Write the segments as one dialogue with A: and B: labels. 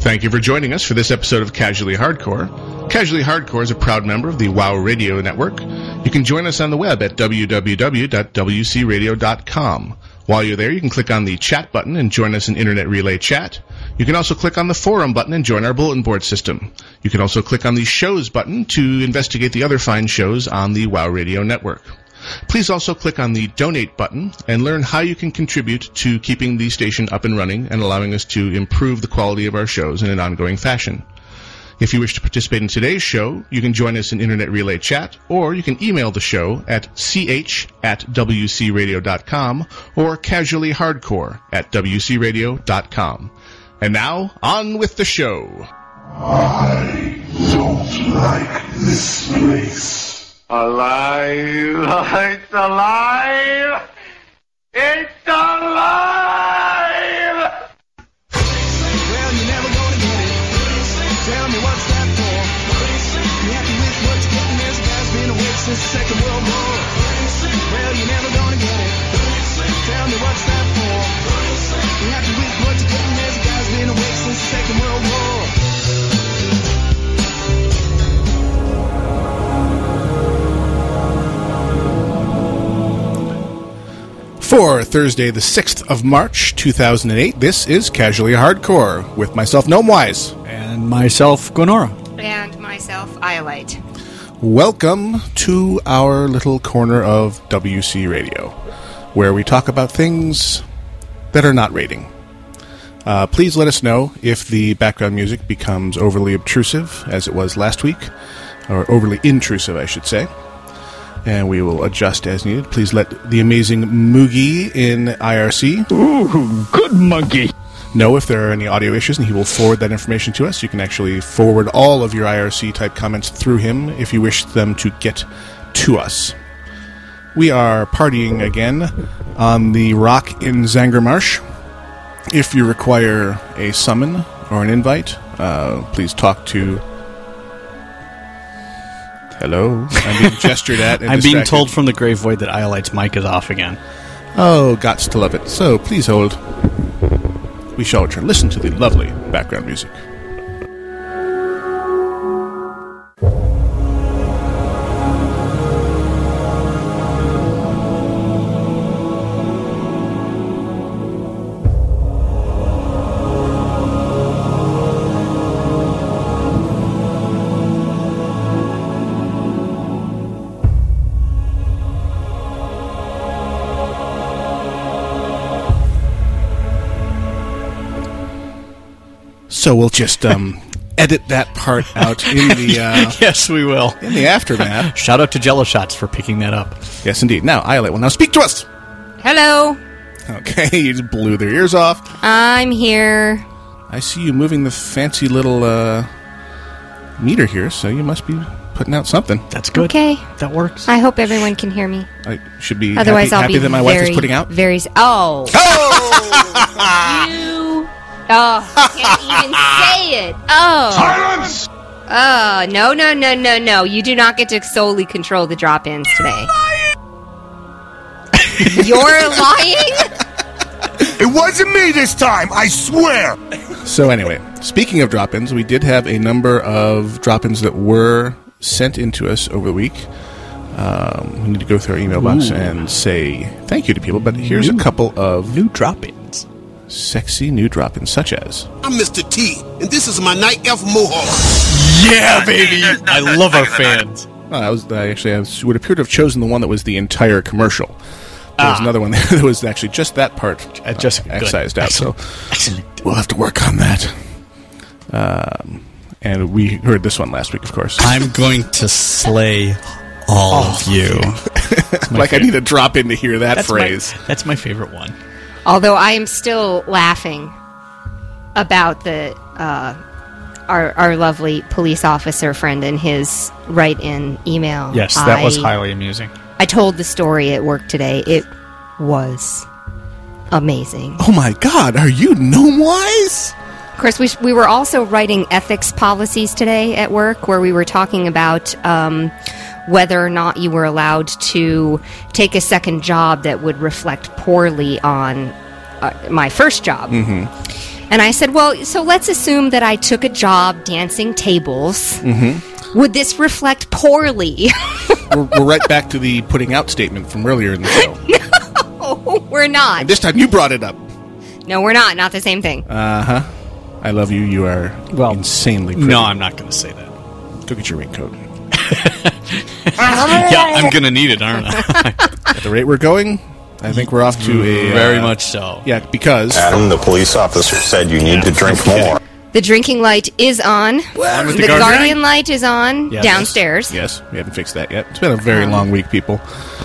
A: Thank you for joining us for this episode of Casually Hardcore. Casually Hardcore is a proud member of the WoW Radio Network. You can join us on the web at www.wcradio.com. While you're there, you can click on the chat button and join us in Internet Relay Chat. You can also click on the forum button and join our bulletin board system. You can also click on the shows button to investigate the other fine shows on the WoW Radio Network. Please also click on the donate button and learn how you can contribute to keeping the station up and running and allowing us to improve the quality of our shows in an ongoing fashion. If you wish to participate in today's show, you can join us in Internet Relay Chat, or you can email the show at ch at wcradio.com or casuallyhardcore at wcradio.com. And now, on with the show.
B: I don't like this place.
C: Alive! It's alive! It's alive!
D: Well, you're never gonna get it. Tell me what's that for? Be happy with what you're getting. There's a guy's been awake since the Second World War. Well, you're never gonna get it. Tell me what's that for? Be happy with what you're getting. There's a guy's been awake since the Second World War.
A: For Thursday, the 6th of March, 2008, this is Casually Hardcore with myself, Gnome Wise.
E: And myself, Gonora.
F: And myself, Iolite.
A: Welcome to our little corner of WC Radio, where we talk about things that are not rating. Uh, please let us know if the background music becomes overly obtrusive, as it was last week, or overly intrusive, I should say. And we will adjust as needed. Please let the amazing Moogie in IRC
G: Ooh, good monkey.
A: know if there are any audio issues, and he will forward that information to us. You can actually forward all of your IRC type comments through him if you wish them to get to us. We are partying again on the rock in Zangermarsh. If you require a summon or an invite, uh, please talk to. Hello. I'm being gestured at. And
E: I'm being
A: distracted.
E: told from the Grave Void that Iolite's mic is off again.
A: Oh, gots to love it. So please hold. We shall return. Listen to the lovely background music. So we'll just um, edit that part out in the uh,
E: Yes, we will.
A: in the aftermath.
E: Shout out to Jello Shots for picking that up.
A: Yes, indeed. Now, Iolate will now speak to us.
F: Hello,
A: Okay, you just blew their ears off.
F: I'm here.
A: I see you moving the fancy little uh, meter here, so you must be putting out something.
E: That's good.
F: Okay.
E: That works.
F: I hope everyone can hear me.
A: I should be
F: Otherwise,
A: happy,
F: I'll
A: happy
F: be
A: that my
F: very,
A: wife is putting out.
F: Very. s- Oh. you. Oh, I can't even say it. Oh.
B: Silence!
F: Oh, no, no, no, no, no. You do not get to solely control the drop ins today. You're lying?
B: It wasn't me this time, I swear!
A: So anyway, speaking of drop-ins, we did have a number of drop-ins that were sent into us over the week. Um, we need to go through our email box and say thank you to people. But here's a couple of
E: New drop ins.
A: sexy new drop-ins, such as
H: I'm Mr. T, and this is my Night Elf Mohawk.
E: Yeah, baby. I love our fans.
A: well, I was I actually I was- would appear to have chosen the one that was the entire commercial. There was another one that was actually just that part
E: Uh, just Ah. good.
A: Oh, excised out. So
E: Excellent.
A: we'll have to work on that. Um, and we heard this one last week, of course.
I: I'm going to slay all of you.
A: like I need a drop-in to hear that
E: Oh, That's
A: phrase.
E: My, that's my favorite one.
F: Although I am still laughing about the uh, our our lovely police officer friend and his write-in email.
E: Yes, that was
F: I-
E: highly amusing.
F: I told the story at work today. It was amazing.
A: Oh my God, are you gnome wise?
F: Of course, we, we were also writing ethics policies today at work where we were talking about um, whether or not you were allowed to take a second job that would reflect poorly on uh, my first job. And I said, Well, so let's assume that I took a job dancing tables. Mm-hmm. Would this reflect poorly?
A: We're, we're right back to the putting out statement from earlier in the show.
F: no, we're not.
A: And this time you brought it up.
F: No, we're not. Not the same thing.
A: I love you. You are
J: Well,
A: insanely pretty.
E: No, I'm not going to say that.
A: Go get your raincoat.
E: Yeah, I'm going to need it, aren't I?
A: At the rate we're going, I think we're off to a. uh,
E: Very much so.
A: Yeah, because.
H: Adam, the police officer said you need to drink more.
F: the drinking light is on.
E: with
F: the
E: the guardian?
F: guardian light is on
A: Yes.
F: downstairs.
A: Yes, we haven't fixed that yet. It's been a very
E: Um,
A: long week, people.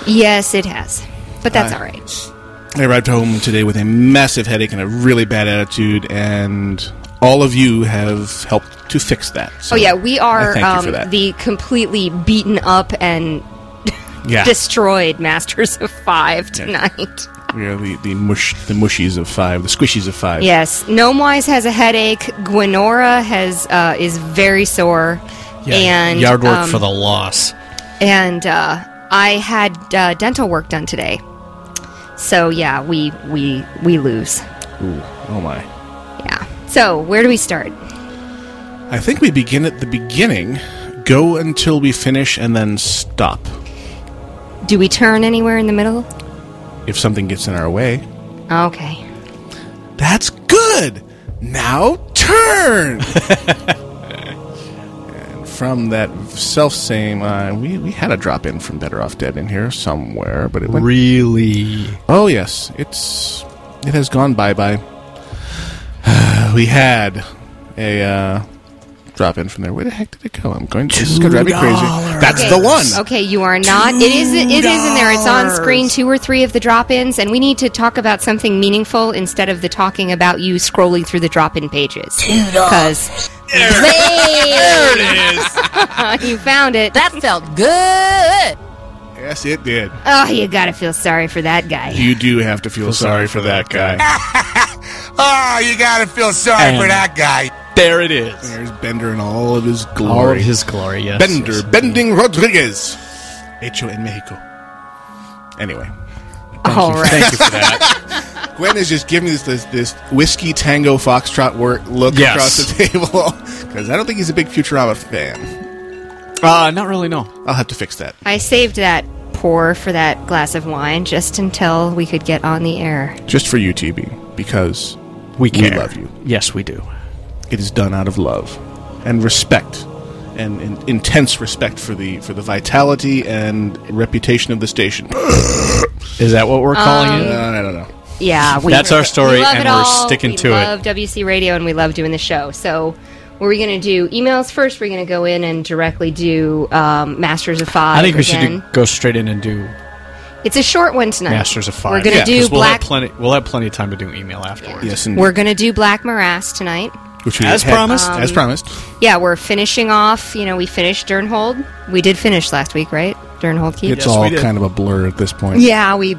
F: Yes, it has. But that's all right.
A: I arrived home today with a massive headache and a really bad attitude, and all of you have helped to fix that.
F: Oh,
A: So
F: yeah. We
A: I
F: are
A: thank you for
F: um,
A: that.
F: the completely beaten up and
A: yeah,
F: destroyed Masters of Five tonight.
A: we are the, the mush the mushies of five, the squishies of five.
F: Yes, Gnomewise has a headache. Gwenora has uh, is very sore, and
E: yard work
F: um,
E: for the loss.
F: and uh, I had uh, dental work done today. So yeah, we we we lose.
A: Ooh, oh my!
F: Yeah. So where do we start?
A: I think we begin at the beginning, go until we finish, and then stop.
F: Do we turn anywhere in the middle?
A: If something gets in our way,
F: Okay.
A: that's good. Now turn. and from that self same, uh, we we had a drop in from Better Off Dead in here somewhere, but it went
K: Really?
A: Oh yes, it's it has gone bye bye. we had a uh, drop in from there. Where the heck did it go? I'm going. This is gonna drive me crazy. That's
F: Okay.
A: the one.
F: Okay, you are not. It is. It is in there. It's on screen two or three of the drop-ins, and we need to talk about something meaningful instead of the talking about you scrolling through the drop-in pages. Because there it is. you found it.
L: That felt good.
A: Yes, it did.
F: Oh, you gotta feel sorry for that guy.
A: You do have to feel sorry for that guy.
M: Oh, you gotta feel sorry for that guy.
E: There it is.
A: There's Bender in all of his glory.
K: All of his glory, yes.
A: Bender,
K: Yes.
A: Bending Rodriguez, hecho en Mexico. Anyway,
F: All right.
A: thank you for that. Gwen is just giving this this, this whiskey tango foxtrot work look
E: Yes.
A: across the table because I don't think he's a big Futurama fan.
E: Uh, not really, no.
A: I'll have to fix that.
F: I saved that pour for that glass of wine just until we could get on the air.
A: just for you, TB, because
K: We care.
A: love you.
K: Yes, we do.
A: it is done out of love and respect, and, and intense respect for the for the vitality and reputation of the station.
K: Is that what
F: Um,
K: we're calling it?
A: Uh, I don't know.
F: Yeah, we,
E: That's our story,
F: we love
E: and
F: it
E: we're
F: all.
E: sticking
F: we
E: to it.
F: love WC Radio, and we love doing the show. So, what are we going to do? Emails first. We're going to go in and directly do um, Masters of Five.
E: I think we should
F: again.
E: do, go straight in and do
F: It's a short one tonight.
E: Masters of Five.
F: We're
A: Yeah,
F: going to do
E: 'Cause we'll
F: Black.
E: Have plenty, we'll have plenty of time to do email afterwards.
A: Yes, and
F: we're going to do Black Morass tonight.
A: which we
E: As
A: had-
E: promised.
A: as promised.
F: Yeah, we're finishing off. You know, we finished Dernhold. We did finish last week, right? Dernhold Keep.
A: It's all
E: did.
A: kind of a blur at this point.
F: Yeah, we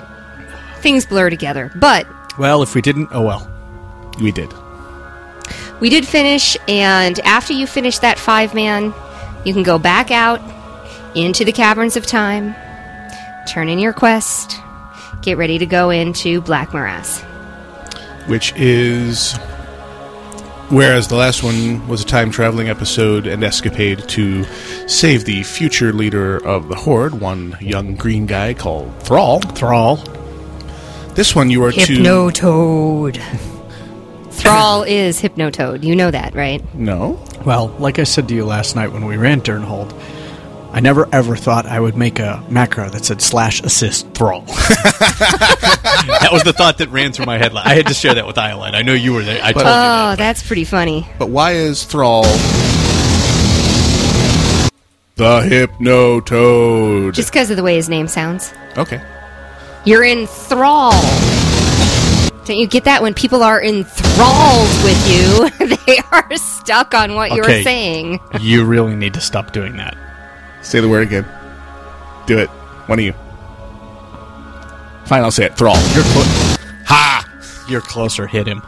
F: things blur together, but
E: Well, if we didn't, oh well.
A: We did.
F: We did finish, and after you finish that five man, you can go back out into the caverns of time, turn in your quest, get ready to go into Black Morass.
A: which is whereas the last one was a time traveling episode and escapade to save the future leader of the horde, one young green guy called Thrall. Thrall. This one you are to
F: Hypnotoad. Thrall is Hypnotoad. You know that, right?
A: no.
J: Well, like I said to you last night when we ran Dernhold, I never ever thought I would make a macro that said slash assist thrall.
E: that was the thought that ran through my head. I had to share that with Iolite. I know you were there. I told
F: Oh, that's pretty funny.
A: But why is Thrall the Hypnotoad?
F: Just because of the way his name sounds.
A: okay.
F: You're in thrall. Don't you get that? When people are enthralled with you, they are stuck on what you're
E: Okay.
F: saying.
E: you. You really need to stop doing that.
A: Say the word again. Do it. One of you. Fine, I'll say it. Thrall. You're clo-
E: You're closer. Hit him.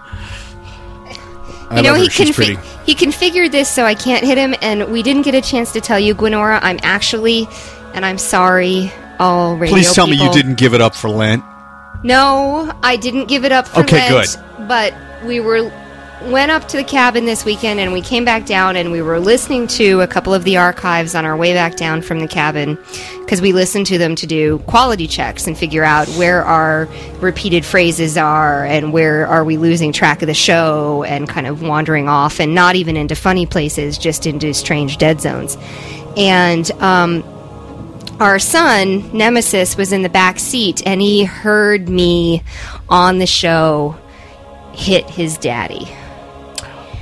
A: I
F: You know,
A: love her.
F: he
A: She's
F: confi-
A: pretty.
F: he configured this so I can't hit him, and we didn't get a chance to tell you, Gwenora. I'm actually, and I'm sorry, all radio
E: Please tell me you
F: people.
E: didn't give it up for Lent.
F: No, I didn't give it up for
E: Okay,
F: Lent, But we were went up to the cabin this weekend and we came back down and we were listening to a couple of the archives on our way back down from the cabin because we listened to them to do quality checks and figure out where our repeated phrases are and where are we losing track of the show and kind of wandering off and not even into funny places just into strange dead zones and um, our son nemesis was in the back seat and he heard me on the show hit his daddy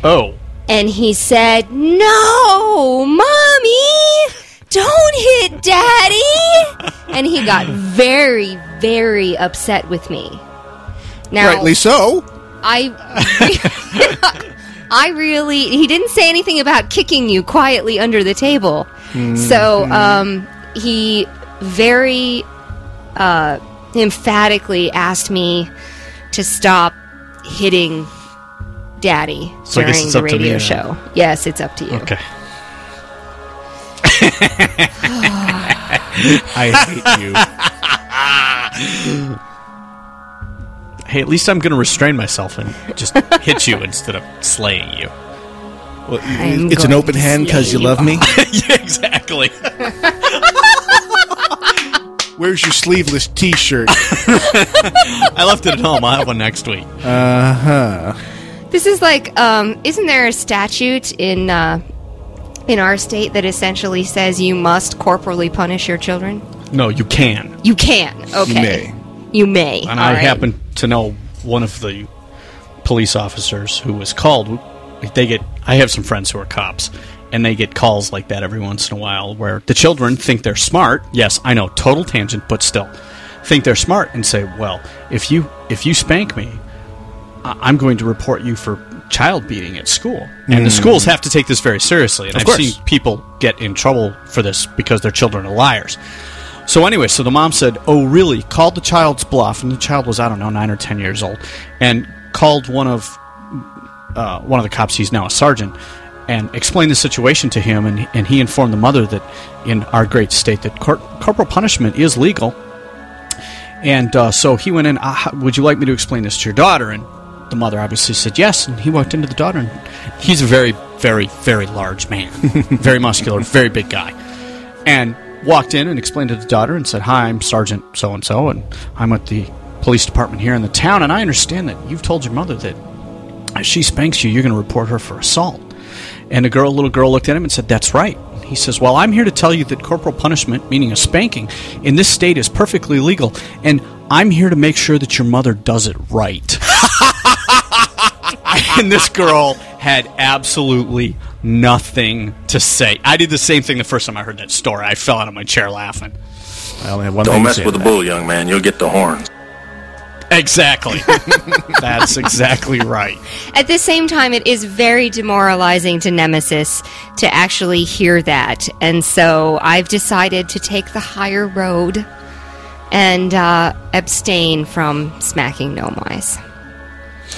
E: Oh,
F: and he said no mommy don't hit daddy and he got very very upset with me now
A: Rightly so.
F: I, I really, he didn't say anything about kicking you quietly under the table. So
E: Mm-hmm.
F: um, he very uh, emphatically asked me to stop hitting daddy
E: So I
F: during
E: guess it's
F: the
E: up to me
F: radio
E: now.
F: show. Yes, it's up to you.
E: okay. hate you. hey, at least I'm going to restrain myself and just hit you instead of slaying you.
F: I'm
A: it's an
F: going
A: open
F: to
A: hand because you
F: slay
A: love me.
E: yeah, exactly.
A: Where's your sleeveless T-shirt?
E: I left it at home. I'll have one next week.
A: Uh huh.
F: This is like, um, isn't there a statute in uh, in our state that essentially says you must corporally punish your children?
E: No, you can.
F: You can. Okay. You may.
E: And
F: All
E: I
F: right.
E: happen to know one of the police officers who was called. Like, They get. I have some friends who are cops, and they get calls like that every once in a while, where the children think they're smart. Yes, I know, total tangent, but still, think they're smart and say, "Well, if you if you spank me, I- I'm going to report you for child beating at school." And the
I: Mm.
E: schools have to take this very seriously. And
I: Of
E: I've
I: course.
E: seen people get in trouble for this because their children are liars. So anyway, so the mom said, "Oh, really?" Called the child's bluff, and the child was I don't know nine or ten years old, and called one of uh, one of the cops. He's now a sergeant, and explained the situation to him, and and he informed the mother that in our great state that cor- corporal punishment is legal, and uh, so he went in. Uh, how- would you like me to explain this to your daughter? And the mother obviously said yes. And he walked into the daughter. And he's a very, very, very large man, very muscular, very big guy. And walked in and explained to the daughter and said, "Hi, I'm Sergeant so and so, and I'm at the police department here in the town. And I understand that you've told your mother that if she spanks you, you're going to report her for assault." And the girl, little girl, looked at him and said, "That's right." And He says, "Well, I'm here to tell you that corporal punishment, meaning a spanking, in this state is perfectly legal, and I'm here to make sure that your mother does it right." and this girl had absolutely nothing to say. I did the same thing the first time I heard that story. I fell out of my chair laughing.
A: I only have one.
H: Don't
A: thing to
H: mess
A: say
H: with the
A: about
H: bull, young man. You'll get the horns.
E: Exactly. That's exactly right.
F: At the same time, it is very demoralizing to Nemesis to actually hear that. And so I've decided to take the higher road and uh, abstain from smacking gnome eyes.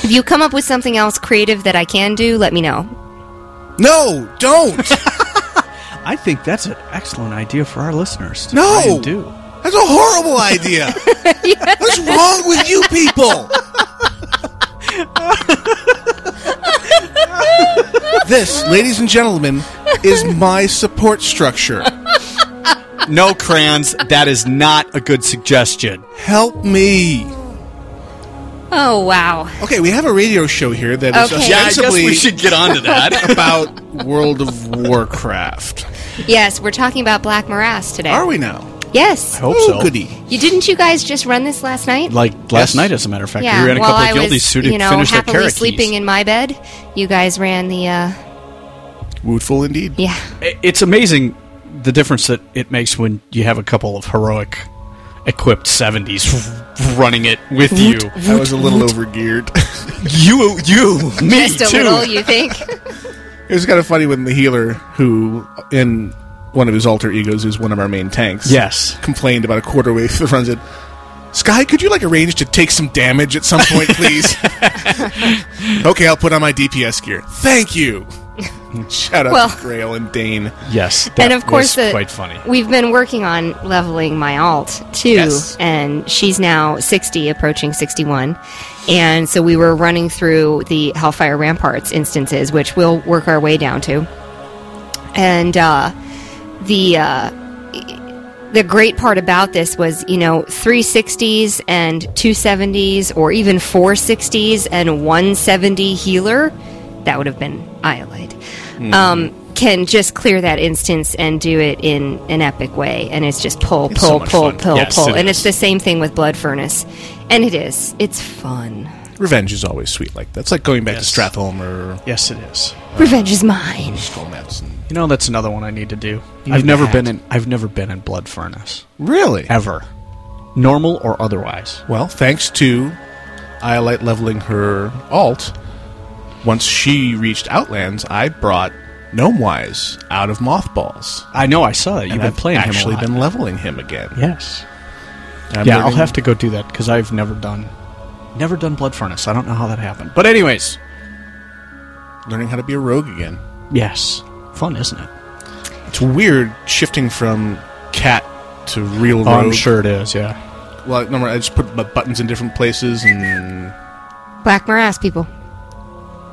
F: If you come up with something else creative that I can do, let me know.
A: that. No, don't.
N: I think that's an excellent idea for our listeners. To
A: No!
N: try and do.
A: That's a horrible idea. What's wrong with you people? this, ladies and gentlemen, is my support structure.
E: No crayons. That is not a good suggestion.
A: Help me.
F: Oh, wow.
A: Okay, we have a radio show here that is
F: Okay. Yeah, I guess we
A: ostensibly
E: should get onto that.
A: about World of Warcraft.
F: Yes, we're talking about Black Morass today.
A: Are we now?
F: Yes.
E: I hope
A: Oh,
E: so.
A: goody.
F: You didn't you guys just run this last night?
E: Like last night, as a matter of fact, we were at a
F: while
E: couple of
F: I
E: guildies
F: was,
E: who did
F: you know,
E: finish their
F: happily
E: carrot
F: sleeping
E: keys.
F: in my bed. You guys ran the uh,
A: Wootful indeed.
F: yeah.
E: I- It's amazing the difference that it makes when you have a couple of heroic equipped 70s running it with you.
A: I was a little overgeared.
E: You, you, me
F: Just a
E: too.
F: little, you think?
A: It was kind of funny when the healer, who in one of his alter egos is one of our main tanks,
E: Yes.
A: complained about a quarter way through the run. Said, "Sky, could you like arrange to take some damage at some point, please?" okay, I'll put on my DPS gear. Thank you. Shout out
F: Well-
A: to Grail and Dane.
E: Yes,
F: and of course, the- We've been working on leveling my alt too, and she's now sixty, approaching sixty-one, and so we were running through the Hellfire Ramparts instances, which we'll work our way down to, and uh, the. Uh, the great part about this was, you know, 360s and 270s or even 460s and 170 healer, that would have been Iolite,
O: Mhm.
F: um, can just clear that instance and do it in an epic way. And it's just pull,
O: It's so
F: pull,
O: much
F: pull,
O: fun.
F: pull,
O: Yes,
F: pull.
O: it
F: and it's the same thing with Blood Furnace. And it is. It's fun.
A: Revenge is always sweet. Like that's like going back to Stratholme or
E: yes, it is.
F: Revenge is mine.
E: You know, that's another one I need to do.
N: You
E: I've
N: need
E: never
N: that.
E: been in. I've never been in Blood Furnace.
A: Really?
E: Ever. Normal or otherwise.
A: Well, thanks to Iolite leveling her alt, once she reached Outlands, I brought Gnomewise out of mothballs.
E: I know. I saw that. You've
A: And
E: been
A: I've
E: playing him a
A: Actually,
E: lot.
A: been leveling him again.
E: Yes.
A: I'm
E: yeah, I'll
A: learning-
E: have to go do that because I've never done, never done Blood Furnace. I don't know how that happened. But anyways,
A: learning how to be a rogue again.
E: Yes, fun, isn't it?
A: It's weird shifting from cat to real
E: Oh,
A: rogue.
E: I'm sure it is, yeah.
A: Well, remember, I just put bu- buttons in different places and
F: Black Morass, people.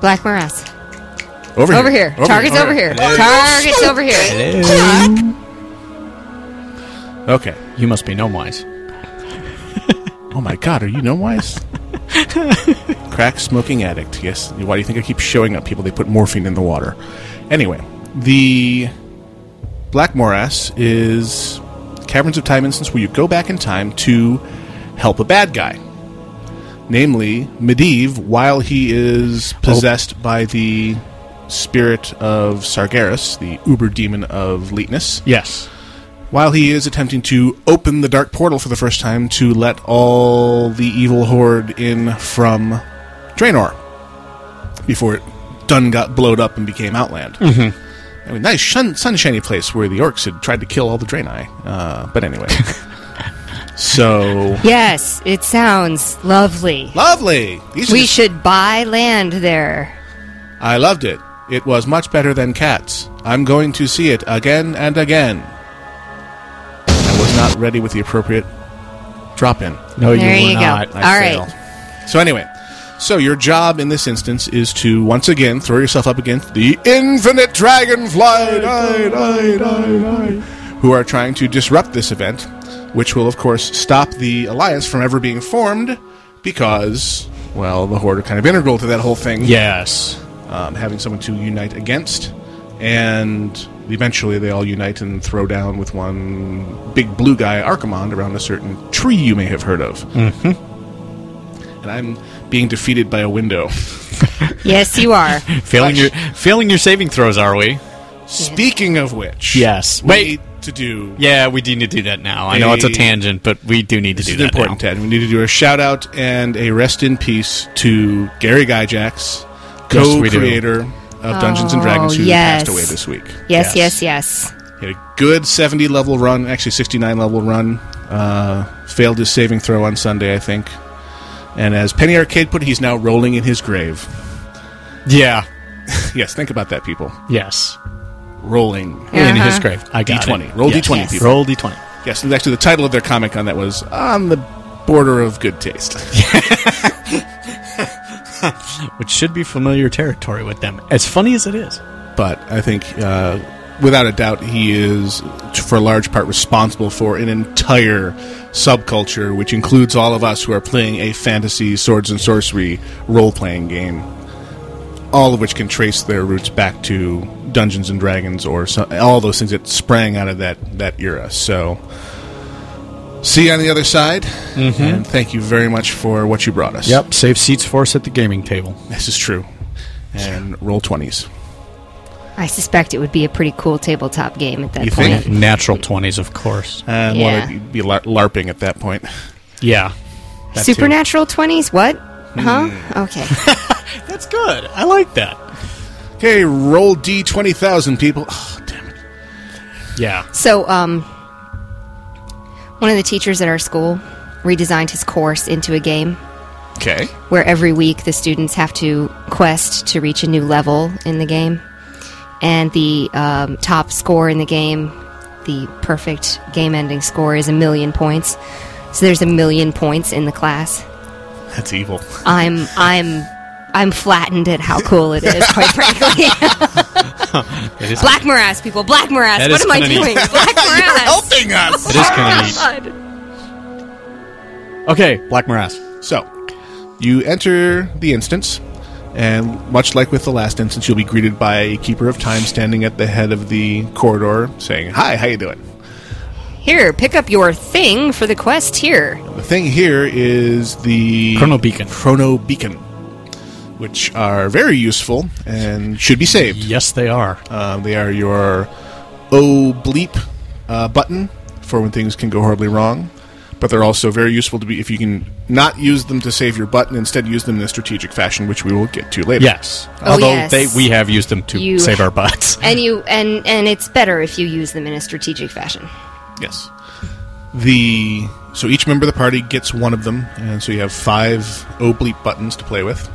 F: Black Morass.
A: over here.
F: Over here. Target's over here. Target's over here.
E: Eh.
A: Okay.
E: You must be gnomewise.
A: oh my god, are you gnomewise? Crack smoking addict. Yes. Why do you think I keep showing up people? They put morphine in the water. Anyway, the Black Morass is Caverns of Time instance where you go back in time to help a bad guy. Namely, Medivh, while he is possessed by the spirit of Sargeras, the uber demon of Leetness.
E: Yes.
A: While he is attempting to open the dark portal for the first time to let all the evil horde in from Draenor before it done got blowed up and became Outland.
E: Mm-hmm.
A: I mean, nice shun- sunshiny place where the orcs had tried to kill all the Draenei. Uh, but anyway, so
F: Yes, it sounds lovely.
A: lovely. These are
F: We
A: just-
F: should buy land there.
A: I loved it. It was much better than Cats. I'm going to see it again and again. I was not ready with the appropriate drop in.
E: No,
F: you There were you go. not. All right.
A: So anyway, so your job in this instance is to once again throw yourself up against the infinite dragonfly, die, die, die, die, who are trying to disrupt this event, which will of course stop the alliance from ever being formed, because well, the horde are kind of integral to that whole thing.
E: Yes,
A: um, having someone to unite against, and eventually they all unite and throw down with one big blue guy Archimond around a certain tree you may have heard of
E: Mm-hmm.
A: and I'm being defeated by a window.
F: Yes, you are.
E: Failing your failing your saving throws, are we?
A: Speaking of which,
E: Yes.
A: we
E: Wait.
A: need to do
E: Yeah, we do need to do that now. I know it's a tangent, but we do need to
A: this
E: do
A: is
E: that.
A: important, Ted. We need to do a shout out and a rest in peace to Gary Gygax,
E: Yes, we do.
A: co-creator of Dungeons and Dragons,
F: Oh,
A: who
F: yes.
A: passed away this week.
F: Yes, yes, yes.
A: He had a good 70 level run, actually 69 level run. Uh, failed his saving throw on Sunday, I think. And as Penny Arcade put it, he's now rolling in his grave.
E: Yeah.
A: yes, think about that, people.
E: Yes.
F: Uh-huh.
A: Rolling
E: In his grave. I got it.
A: D20. Roll
E: Yes.
A: D20,
E: Yes.
A: people.
E: Roll D20.
A: Yes, and actually, the title of their comic on that was On the Border of Good Taste.
E: Which should be familiar territory with them. As funny as it is.
A: but I think uh, without a doubt he is, t- for a large part, responsible for an entire subculture, which includes all of us who are playing a fantasy swords and sorcery role playing game. All of which can trace their roots back to Dungeons and Dragons or so, all those things that sprang out of that, that era. So, see you on the other side. And thank you very much for what you brought us.
E: Yep. Save seats for us at the gaming table.
A: This is true. And roll 20s.
F: I suspect it would be a pretty cool tabletop game at that
A: You
F: point.
A: think?
E: Natural 20s, of course.
A: And
F: Yeah.
A: well, you'd be lar- larping at that point.
E: Uh, Yeah.
F: Supernatural twenties? What?
A: Mm.
F: Huh? Okay.
E: That's good. I like that.
A: Okay, roll D twenty thousand people. Oh, damn it.
E: Yeah.
F: So, um, one of the teachers at our school redesigned his course into a game
A: Okay.
F: where every week the students have to quest to reach a new level in the game. and the um, top score in the game, the perfect game-ending score, is a million points. So there's a million points in the class.
A: That's evil.
F: I'm I'm I'm flattened at how cool it is, quite frankly.
E: It is-
F: Black morass, people. Black morass.
E: That
F: what
E: is
F: am I
E: kinda neat.
F: doing? Black morass. Oh You're
A: helping us.
E: It is kinda neat.
F: neat.
E: Okay, Black Morass.
A: So, you enter the instance, and much like with the last instance, you'll be greeted by a keeper of time standing at the head of the corridor, saying, "Hi, how you doing?"
F: Here, pick up your thing for the quest here.
A: The thing here is the
E: Chrono Beacon.
A: Chrono Beacon, which are very useful and should be saved.
E: Yes, they are.
A: Um, they are your oh bleep uh, button for when things can go horribly wrong. But they're also very useful to be if you can not use them to save your button, instead use them in a strategic fashion, which we will get to later.
E: Yes.
F: Oh,
E: Although
F: yes.
E: they we have used them to
F: You-
E: save our butts.
F: And you and and it's better if you use them in a strategic fashion.
A: Yes. The so each member of the party gets one of them, and so you have five oblique buttons to play with.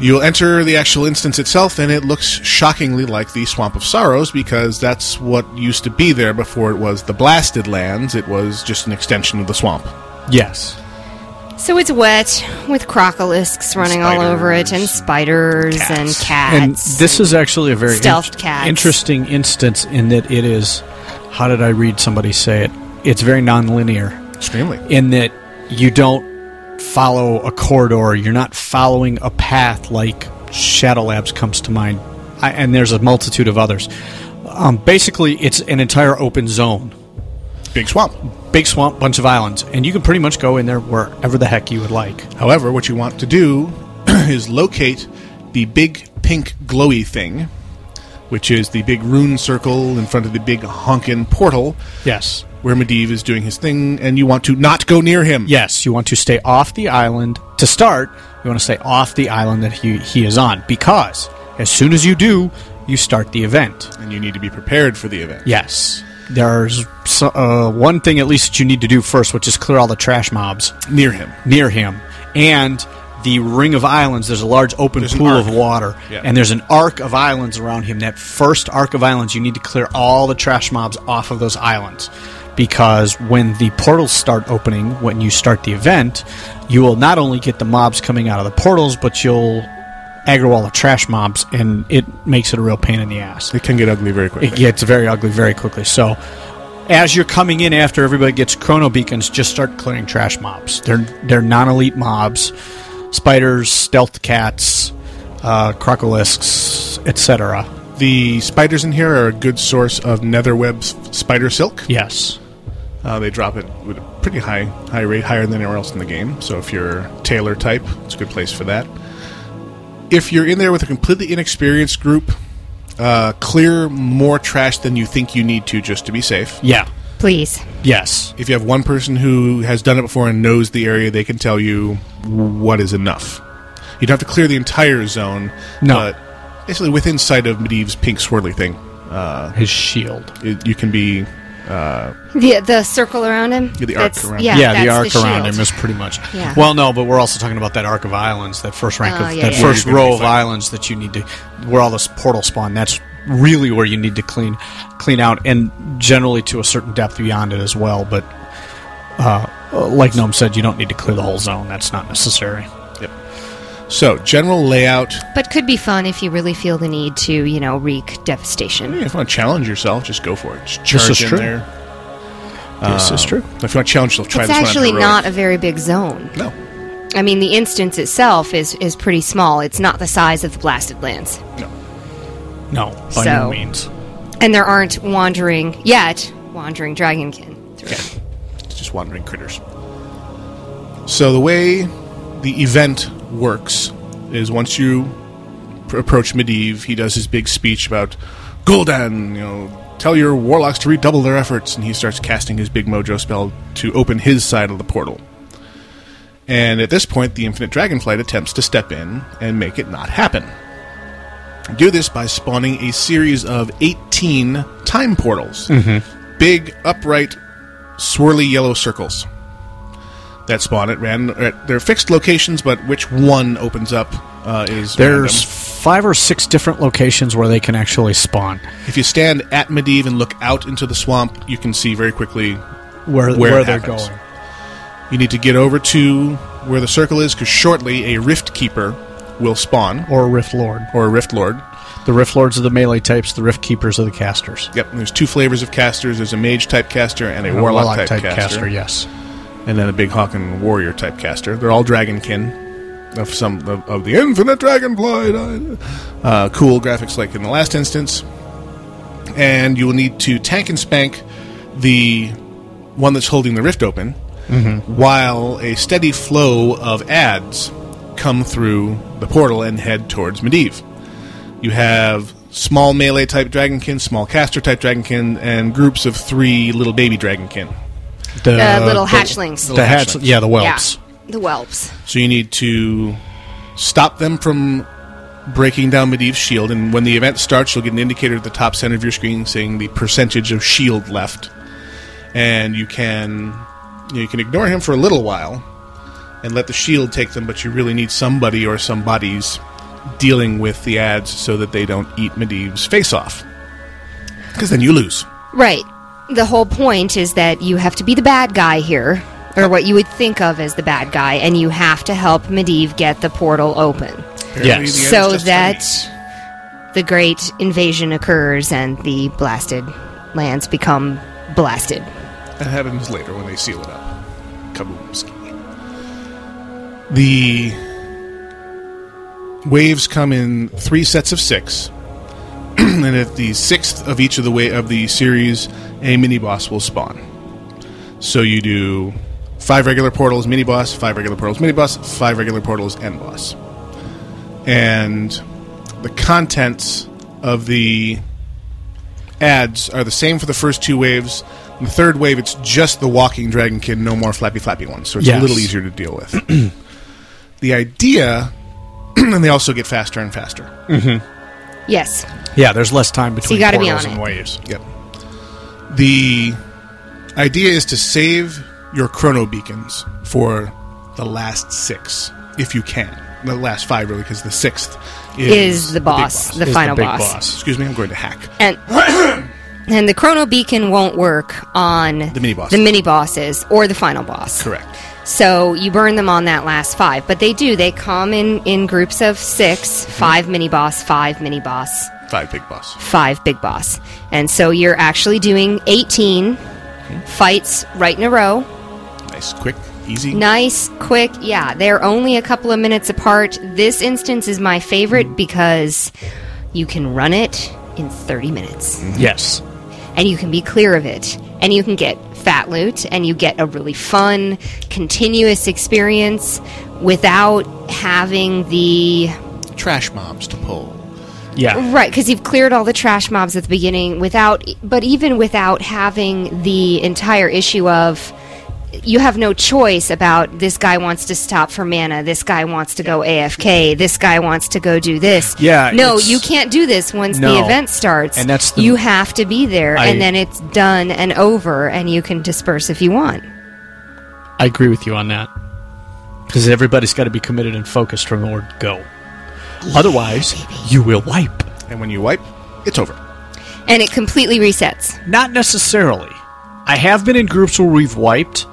A: You'll enter the actual instance itself, and it looks shockingly like the Swamp of Sorrows because that's what used to be there before it was the Blasted Lands. It was just an extension of the swamp.
E: Yes.
F: So it's wet with crocolisks running all over it and spiders and
E: And
F: cats.
E: this is actually a very
F: Stealth cats.
E: interesting instance in that it is how did I read somebody say it? It's very nonlinear
A: Extremely.
E: in that you don't follow a corridor, you're not following a path like Shadow Labs comes to mind. I, and there's a multitude of others. Um, basically, it's an entire open zone.
A: Big swamp.
E: Big swamp, bunch of islands, and you can pretty much go in there wherever the heck you would like.
A: However, what you want to do is locate the big pink glowy thing, which is the big rune circle in front of the big honkin' portal.
E: Yes.
A: Where Medivh is doing his thing, and you want to not go near him.
E: Yes, you want to stay off the island. To start, you want to stay off the island that he, he is on because as soon as you do, you start the event.
A: And you need to be prepared for the event.
E: Yes. There's so- uh, one thing at least that you need to do first, which is clear all the trash mobs
A: Near him.
E: near him. And the ring of islands, there's a large open
A: There's an
E: pool of
A: arc.
E: water.
A: Yeah.
E: And there's an arc of islands around him. That first arc of islands, you need to clear all the trash mobs off of those islands. Because when the portals start opening, when you start the event, you will not only get the mobs coming out of the portals, but you'll aggro all the trash mobs, and it makes it a real pain in the ass
A: It can get ugly very quickly.
E: it gets very ugly very quickly. So, as you're coming in after everybody gets chrono beacons, just start clearing trash mobs. They're they're non-elite mobs, spiders, stealth cats, uh, crocolisks, etc.
A: The spiders in here are a good source of netherweb s- spider silk.
E: Yes,
A: Uh, they drop it with a pretty high high rate, higher than anywhere else in the game. So if you're Taylor type, it's a good place for that. If you're in there with a completely inexperienced group, uh, clear more trash than you think you need to just to be safe.
E: yeah,
F: Please.
E: yes,
A: If you have one person who has done it before and knows the area, they can tell you what is enough. You don't have to clear the entire zone.
E: No.
A: But basically, within sight of Medivh's pink swirly thing, uh,
E: his shield.
A: it, you can be
F: The the circle around him.
A: Yeah, the arc
F: That's-
A: around
F: Yeah,
A: him.
E: the arc
F: that's
E: around
F: shield.
E: him is pretty much.
F: Yeah.
E: Well, no, but we're also talking about that arc of islands, that first rank
F: Oh,
E: of
F: yeah,
E: that
F: yeah.
E: first
A: Where you're gonna
E: row
A: be
E: of
A: fighting.
E: islands that you need to, where all this portal spawn. That's really where you need to clean, clean out, and generally to a certain depth beyond it as well. But uh, like Gnome said, you don't need to clear the whole zone. That's not necessary.
A: so general layout.
F: But could be fun if you really feel the need to, you know, wreak devastation.
A: If you want to challenge yourself, just go for it. Just
E: This
A: charge
E: is
A: in
E: true.
A: there. Um,
E: This is true.
A: If you want to challenge yourself, try
F: It's
A: this one on
F: actually
A: heroic.
F: not a very big zone.
A: No.
F: I mean, the instance itself is is pretty small. It's not the size of the blasted lands.
E: No, by
F: So-
E: no means.
F: And there aren't wandering yet wandering dragonkin. through.
A: It's just wandering critters. So the way the event works is once you pr- approach Medivh, he does his big speech about Gul'dan. You know, tell your warlocks to redouble their efforts, and he starts casting his big mojo spell to open his side of the portal. And at this point, the Infinite Dragonflight attempts to step in and make it not happen. Do this by spawning a series of 18 time portals. Big, upright, swirly yellow circles that spawn at random. They're fixed locations, but which one opens up uh, is
E: There's
A: random.
N: five or six different locations where they can actually spawn.
A: If you stand at Medivh and look out into the swamp, you can see very quickly
N: Where-
A: where,
N: where
A: it
N: they're
A: happens.
N: going.
A: You need to get over to where the circle is, because shortly a Rift Keeper will spawn,
N: or a Rift Lord,
A: or a Rift Lord.
N: The Rift Lords are the melee types. The Rift Keepers are the casters.
A: Yep. and there's two flavors of casters. There's a mage type caster and a
N: And a
A: warlock,
N: warlock
A: type,
N: type
A: caster.
N: caster,
F: Uh,
N: yes.
A: And then a big hawking warrior type caster. They're all dragonkin of some of, of the infinite dragonfly. Uh, cool graphics like in the last instance. And you will need to tank and spank the one that's holding the rift open, while a steady flow of ads come through the portal and head towards Medivh. You have small melee type dragonkin, small caster type dragonkin, and groups of three little baby dragonkin.
F: The Uh,
E: Uh,
F: little hatchlings.
A: little hatchlings.
F: Yeah, the whelps.
A: So you need to stop them from breaking down Medivh's shield, and when the event starts, you'll get an indicator at the top center of your screen saying the percentage of shield left, and you can you, know, you can ignore him for a little while and let the shield take them, but you really need somebody or some bodies dealing with the ads so that they don't eat Medivh's face off, because then you lose.
F: Right. The whole point is that you have to be the bad guy here, or what you would think of as the bad guy, and you have to help Medivh get the portal open.
A: Apparently Yes. the end
F: So
A: is just
F: that the great invasion occurs and the blasted lands become blasted.
A: That happens later when they seal it up. Kaboomski. The waves come in three sets of six, and at the sixth of each of the way of the series, a mini boss will spawn. So you do five regular portals, mini boss, five regular portals, mini boss, five regular portals, end boss. And the contents of the ads are the same for the first two waves. In the third wave, it's just the walking dragon kid, no more flappy flappy ones. So it's a
E: Yes.
A: little easier to deal with. the idea, and they also get faster and faster.
E: Mm-hmm.
F: Yes.
E: Yeah, there's less time
F: So you got to be on it.
A: waves. Yep. The idea is to save your chrono beacons for the last six, if you can. The last five, really, because the sixth is,
F: Is the
A: big
F: boss, the
A: Is
F: final
A: big
F: boss.
A: Excuse me, I'm going to hack.
F: And and the chrono beacon won't work on the
A: mini boss.
F: the mini bosses or the final boss.
A: Correct.
F: So you burn them on that last five, but they do. They come in in groups of six, five mini boss, five mini boss,
A: Five big boss.
F: five big boss, and so you're actually doing 18 fights right in a row.
A: Nice, quick, easy.
F: Nice, quick. Yeah, they're only a couple of minutes apart. This instance is my favorite because you can run it in 30 minutes.
E: Yes.
F: And you can be clear of it. And you can get fat loot and you get a really fun, continuous experience without having the.
A: Trash mobs to pull.
E: Yeah.
F: Right, because you've cleared all the trash mobs at the beginning without. But even without having the entire issue of. You have no choice about this guy wants to stop for mana, this guy wants to go AFK, this guy wants to go do this.
E: Yeah,
F: No,
E: it's-
F: you can't do this once the
E: No.
F: event starts.
E: And that's the-
F: you have to be there,
E: I-
F: and then it's done and over, and you can disperse if you want.
E: I agree with you on that. Because everybody's got to be committed and focused from the word go. Otherwise, you will wipe.
A: And when you wipe, it's over.
F: And it completely resets.
E: Not necessarily. I have been in groups where we've wiped,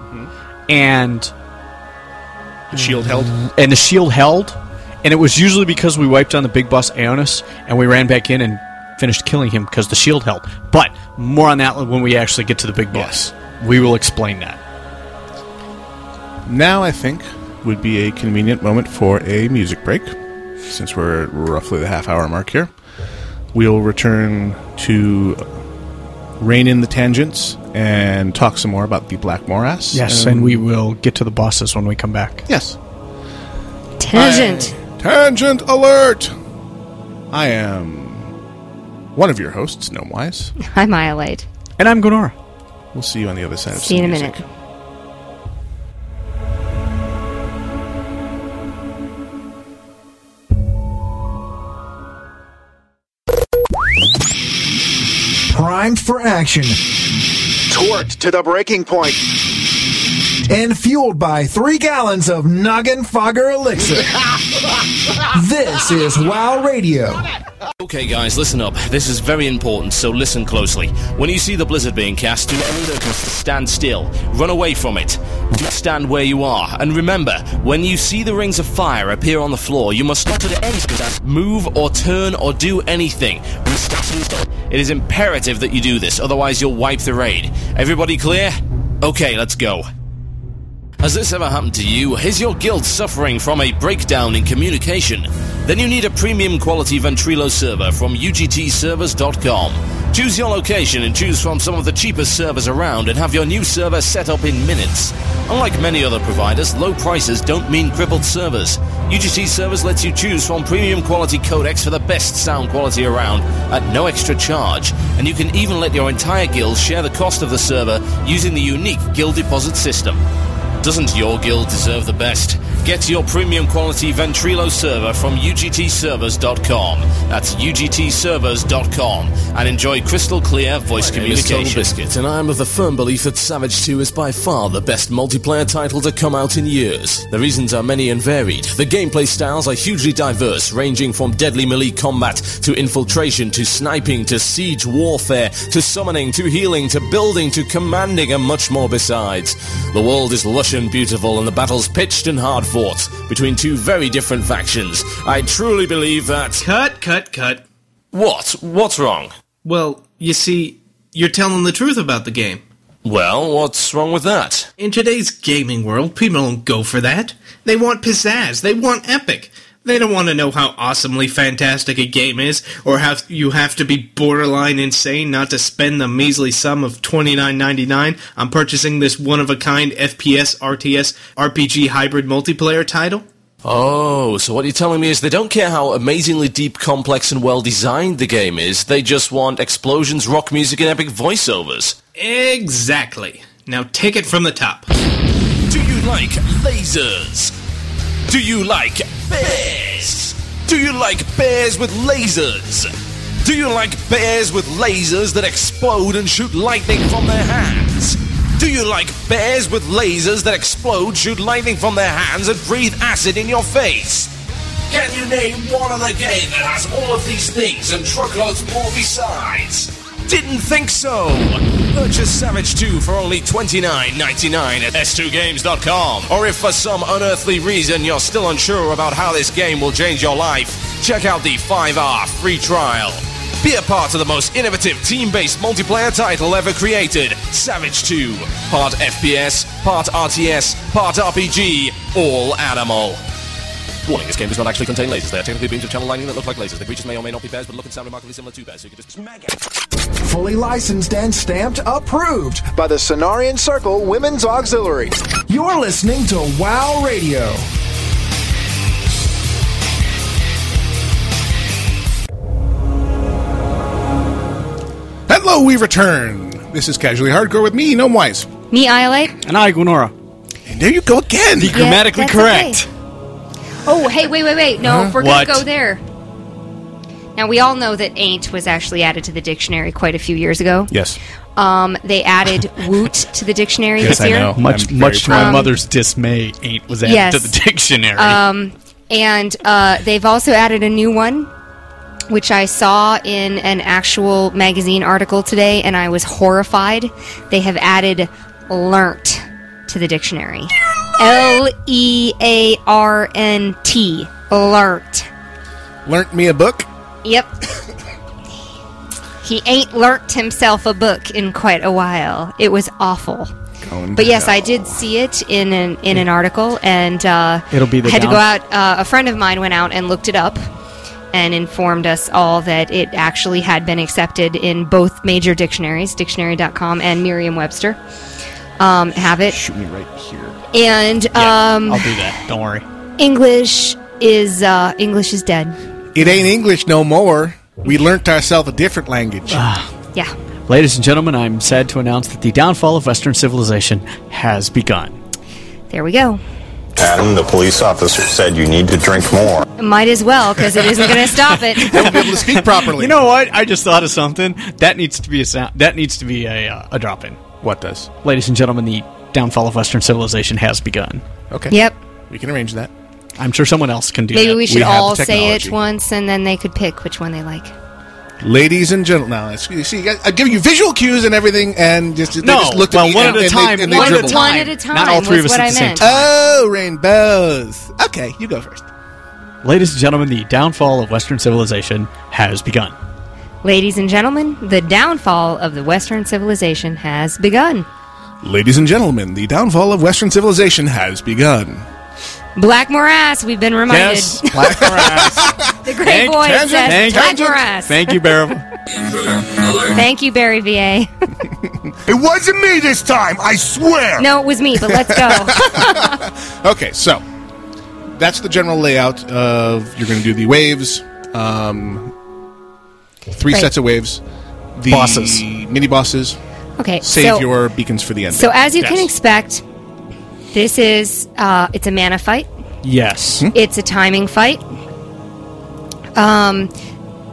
E: and
A: the shield held,
E: and the shield held, and it was usually because we wiped on the big boss Aeonis, and we ran back in and finished killing him because the shield held. But more on that when we actually get to the big boss. We will explain that.
A: Now I think would be a convenient moment for a music break, since we're at roughly the half hour mark here. We'll return to rein in the tangents and talk some more about the Black Morass.
N: Yes,
E: Um,
N: and we will get to the bosses when we come back.
A: Yes.
F: Tangent.
A: Tangent alert! I am one of your hosts, Gnomewise.
F: I'm Iolite.
E: And I'm Gonora.
A: We'll see you on the other side of
F: See you in a
A: some music.
F: minute.
O: Primed for action.
P: Torqued to the breaking point.
O: and fueled by three gallons of Noggin Fogger Elixir. this is WoW Radio.
P: Okay, guys, listen up. This is very important, so listen closely. When you see the blizzard being cast, do all that can stand still. Run away from it. Do stand where you are. And remember, when you see the rings of fire appear on the floor, you must not at any circumstance move or turn or do anything. It is imperative that you do this, otherwise you'll wipe the raid. Everybody clear? Okay, let's go. Has this ever happened to you? Is your guild suffering from a breakdown in communication? Then you need a premium quality Ventrilo server from UGTservers.com. Choose your location and choose from some of the cheapest servers around and have your new server set up in minutes. Unlike many other providers, low prices don't mean crippled servers. UGT Servers lets you choose from premium quality codecs for the best sound quality around at no extra charge, and you can even let your entire guild share the cost of the server using the unique guild deposit system. Doesn't your guild deserve the best? Get your premium quality Ventrilo server from UGTservers.com. That's UGTservers.com. And enjoy crystal clear voice
Q: name is Donald
P: communication.
Q: Biscuit, and I am of the firm belief that Savage 2 is by far the best multiplayer title to come out in years. The reasons are many and varied. The gameplay styles are hugely diverse, ranging from deadly melee combat to infiltration to sniping to siege warfare to summoning to healing to building to commanding and much more besides. The world is lush and beautiful, and the battles pitched and hard fought between two very different factions. I truly believe that.
R: Cut, cut, cut.
Q: What? What's wrong?
R: Well, you see, you're telling the truth about the game.
Q: Well, what's wrong with that?
R: In today's gaming world, people don't go for that. They want pizzazz. They want epic. They don't want to know how awesomely fantastic a game is, or how you have to be borderline insane not to spend the measly sum of twenty nine ninety nine on purchasing this one of a kind FPS RTS RPG hybrid multiplayer title.
Q: Oh, so what you're telling me is they don't care how amazingly deep, complex, and well designed the game is, they just want explosions, rock music, and epic voiceovers.
R: Exactly. Now take it from the top.
Q: Do you like lasers? Do you like bears? Do you like bears with lasers? Do you like bears with lasers that explode and shoot lightning from their hands? Do you like bears with lasers that explode, shoot lightning from their hands, and breathe acid in your face? Can you name one other game that has all of these things and truckloads more besides? Didn't think so! Purchase Savage 2 for only $29.99 at s2games.com. Or if for some unearthly reason you're still unsure about how this game will change your life, check out the 5R free trial. Be a part of the most innovative team based multiplayer title ever created Savage 2. Part FPS, part RTS, part RPG, all animal. Warning, this game does not actually contain lasers. They are technically beams of channel lining that look like lasers. The creatures may or may not be bears, but look and sound remarkably similar to bears, so you can just mag it.
O: Fully licensed and stamped approved by the Sonarian Circle Women's Auxiliary. You're listening to WoW Radio.
A: Hello, we return. This is Casually Hardcore with me, Gnome Wise.
F: Me, Iolate.
A: And I, Gunora. And there you go again.
F: Yeah, that's okay. Oh, hey, wait, wait, wait. No,
A: Huh?
F: we're
A: What?
F: going to go there. Now, we all know that ain't was actually added to the dictionary quite a few years ago.
A: Yes.
F: Um, they added woot to the dictionary this year.
E: Much, much to my
F: Um,
E: mother's dismay, ain't was added
F: yes.
E: to the dictionary.
S: Uh,
F: Um, and uh, they've also added a new one, which I saw in an actual magazine article today, and I was horrified. They have added learnt to the dictionary. L E A R N T. Learnt.
A: Learnt me a book?
F: Yep. he ain't learnt himself a book in quite a while. It was awful.
A: Going
F: But yes,
A: down.
F: I did see it in an in an article, and uh,
A: It'll be the
F: I had to
A: down-
F: go out. Uh, a friend of mine went out and looked it up, and informed us all that it actually had been accepted in both major dictionaries, dictionary.com and Merriam-Webster. Um, have it.
A: Shoot me right here.
F: And um,
E: I'll do that. Don't worry.
F: English is uh, English is dead.
A: It ain't English no more. We learnt ourselves a different language.
F: Yeah.
E: Ladies and gentlemen, I'm sad to announce that the downfall of Western civilization has begun.
F: There we go.
H: Adam, the police officer said you need to drink more.
F: Might as well because it isn't going to stop it.
A: able to speak properly.
E: you know what? I just thought of something that needs to be a sound. That needs to be a uh, a drop in.
A: What does?
E: Ladies and gentlemen, the downfall of Western civilization has begun.
A: Okay.
F: Yep.
A: We can arrange that.
E: I'm sure someone else can do
F: Maybe
E: that.
F: we should all say it once, and then they could pick which one they like.
A: Ladies and gentlemen, now, it's- you see, I, I give you visual cues and everything, and just they
E: No,
A: just looked
E: well,
A: at me
E: one
A: and-
E: at a
A: and
E: time,
A: They, and they
E: one at a
A: dribbled.
E: time. One at a time Not all three of was us what at the I same meant. time.
A: Oh, rainbows. Okay, you go first.
E: Ladies and gentlemen, the downfall of Western civilization has begun.
F: Ladies and gentlemen, the downfall of the Western civilization has begun.
A: Ladies and gentlemen, the downfall of Western civilization has begun.
F: Black morass, we've been reminded.
A: Yes, black
F: morass. the great
A: Thank-
F: boy
A: tangent,
F: says
A: thank-
F: black
A: tangent.
F: morass.
E: Thank you, Beryl.
F: Thank you, Barry VA.
B: It wasn't me this time, I swear!
F: No, it was me, but let's go.
A: Okay, so that's the general layout of you're going to do the waves, um, three
F: Right.
A: sets of waves, the
E: Bosses.
A: mini bosses.
F: okay,
A: Save
F: so,
A: your beacons for the end.
F: so as you can expect, this is uh, it's a mana fight.
E: Yes.
F: It's a timing fight. Um,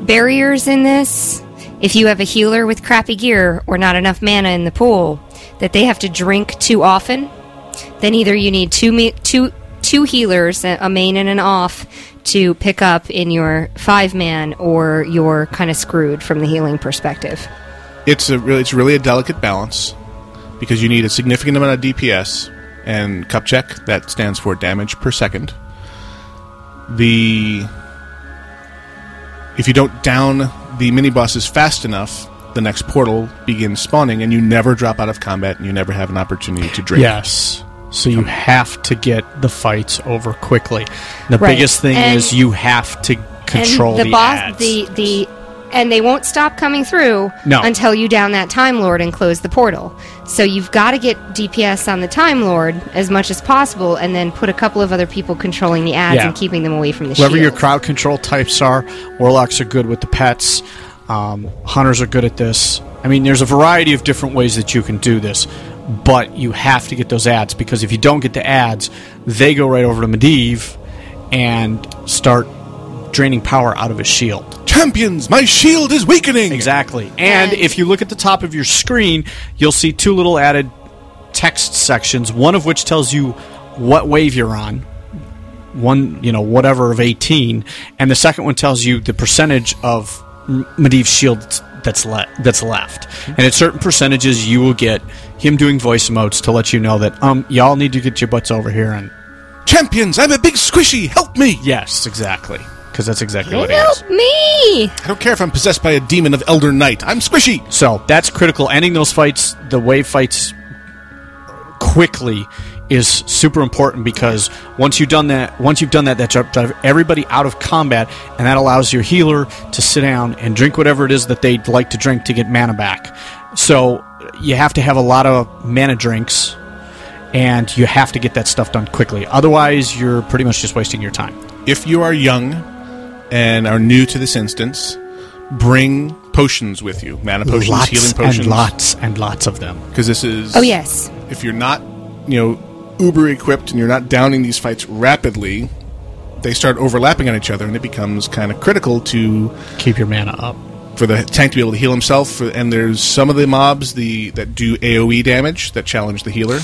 F: barriers in this. If you have a healer with crappy gear or not enough mana in the pool that they have to drink too often, then either you need two me- two two healers, a a main and an off, to pick up in your five man, or you're kind of screwed from the healing perspective.
A: It's a really, it's really a delicate balance because you need a significant amount of DPS and cup check that stands for damage per second. The if you don't down the mini bosses fast enough, the next portal begins spawning, and you never drop out of combat, and you never have an opportunity to drink.
E: Yes. So you have to get the fights over quickly. The
F: Right.
E: biggest thing
F: And-
E: is you have to control
F: and the,
E: the,
F: boss,
E: ads.
F: the the and they won't stop coming through
E: No.
F: until you down that time lord and close the portal. So you've got to get DPS on the time lord as much as possible, and then put a couple of other people controlling the ads
E: Yeah.
F: and keeping them away from the
E: Whoever your
F: shield.
E: crowd control types are, warlocks are good with the pets. Um, hunters are good at this. I mean, there's a variety of different ways that you can do this, but you have to get those ads because if you don't get the ads, they go right over to Medivh and start draining power out of his shield.
A: Champions, my shield is weakening.
E: Exactly. And if you look at the top of your screen, you'll see two little added text sections, one of which tells you what wave you're on, one, you know, whatever of 18, and the second one tells you the percentage of M- Medivh's shield that's le- that's left. And at certain percentages, you will get him doing voice emotes to let you know that, um, y'all need to get your butts over here and.
A: Champions, I'm a big squishy. Help me!
E: Yes, exactly. Because that's exactly what it is.
F: Help me!
A: I don't care if I'm possessed by a demon of Elder Knight. I'm squishy.
E: So that's critical. Ending those fights, the wave fights quickly is super important because once you've done that, once you've done that, that dri- drive everybody out of combat, and that allows your healer to sit down and drink whatever it is that they'd like to drink to get mana back. So you have to have a lot of mana drinks, and you have to get that stuff done quickly. Otherwise, you're pretty much just wasting your time.
A: If you are young and are new to this instance, bring potions with you. Mana potions,
E: lots
A: healing potions.
E: and lots and lots of them.
A: Because this is.
F: Oh, yes.
A: If you're not, you know, uber equipped and you're not downing these fights rapidly, they start overlapping on each other and it becomes kind of critical to.
E: Keep your mana up.
A: For the tank to be able to heal himself, for, and there's some of the mobs the that do AOE damage that challenge the healer.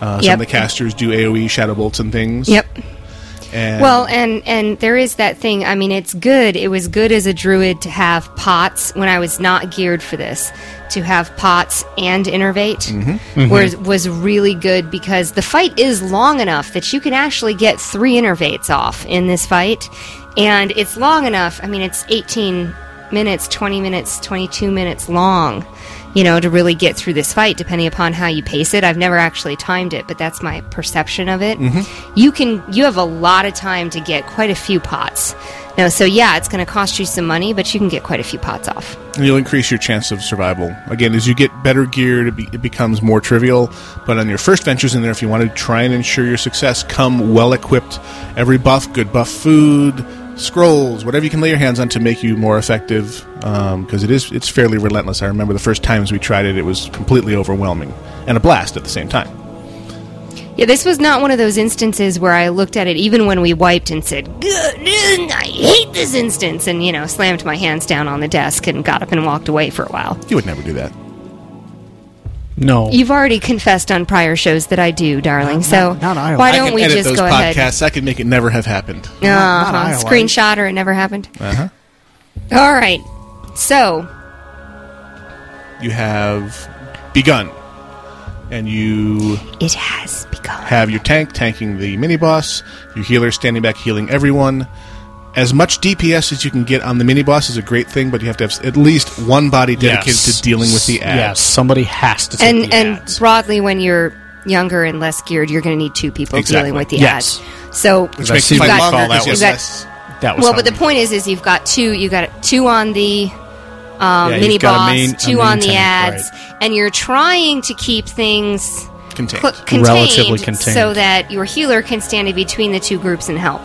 A: Uh, Some
F: Yep.
A: of the casters do AOE shadow bolts and things.
F: Yep.
A: And
F: well, and and there is that thing. I mean, it's good. It was good as a druid to have pots when I was not geared for this. To have pots and innervate
D: Mhm. Mhm.
F: was was really good because the fight is long enough that you can actually get three innervates off in this fight, and it's long enough. I mean, it's eighteen minutes, twenty minutes, twenty two minutes long. You know, to really get through this fight, depending upon how you pace it. I've never actually timed it, but that's my perception of it
D: Mhm.
F: you can you have a lot of time to get quite a few pots now so yeah it's going to cost you some money but you can get quite a few pots off
A: And you'll increase your chance of survival. Again, as you get better geared, it, be, it becomes more trivial. But on your first ventures in there, if you want to try and ensure your success, come well equipped. Every buff, good buff food, scrolls, whatever you can lay your hands on to make you more effective. Because it is it's fairly relentless. I remember the first times we tried it, it was completely overwhelming and a blast at the same time.
F: yeah this was not one of those instances where i looked at it even when we wiped and said good i hate this instance and you know slammed my hands down on the desk and got up and walked away for a while
A: You would never do that.
E: No.
F: You've already confessed on prior shows that I do, darling. so
A: Not I.
F: why
A: I
F: don't
A: can
F: we
A: edit
F: just
A: those
F: go
A: podcasts.
F: ahead?
A: I can make it never have happened.
F: Uh-huh.
A: not Iowa.
F: Screenshot or it never happened.
A: Uh huh.
F: All right. So
A: You have begun, and you
F: it has begun.
A: Have your tank tanking the mini boss. Your healer standing back healing everyone. As much DPS as you can get on the mini boss is a great thing, but you have to have at least one body dedicated
E: Yes.
A: to dealing with the ads.
E: Yes, somebody has to.
F: and and broadly, when you're younger and less geared, you're going to need two people
E: Exactly.
F: dealing with the
E: Yes.
F: ads. So
E: Which makes the
F: you've
E: fight
F: got-
E: fall that
F: you've
E: was
F: got-
E: less- that was
F: well,
E: how
F: but the
E: we-
F: point is, is you've got two. You got two on the. Um,
A: Yeah, you've
F: mini
A: got a
F: boss,
A: main- a
F: two
A: main
F: on the
A: tank,
F: ads, and you're trying to keep things
A: Contained.
F: cl- contained,
E: Relatively contained.
F: so that your healer can stand in between the two groups and help.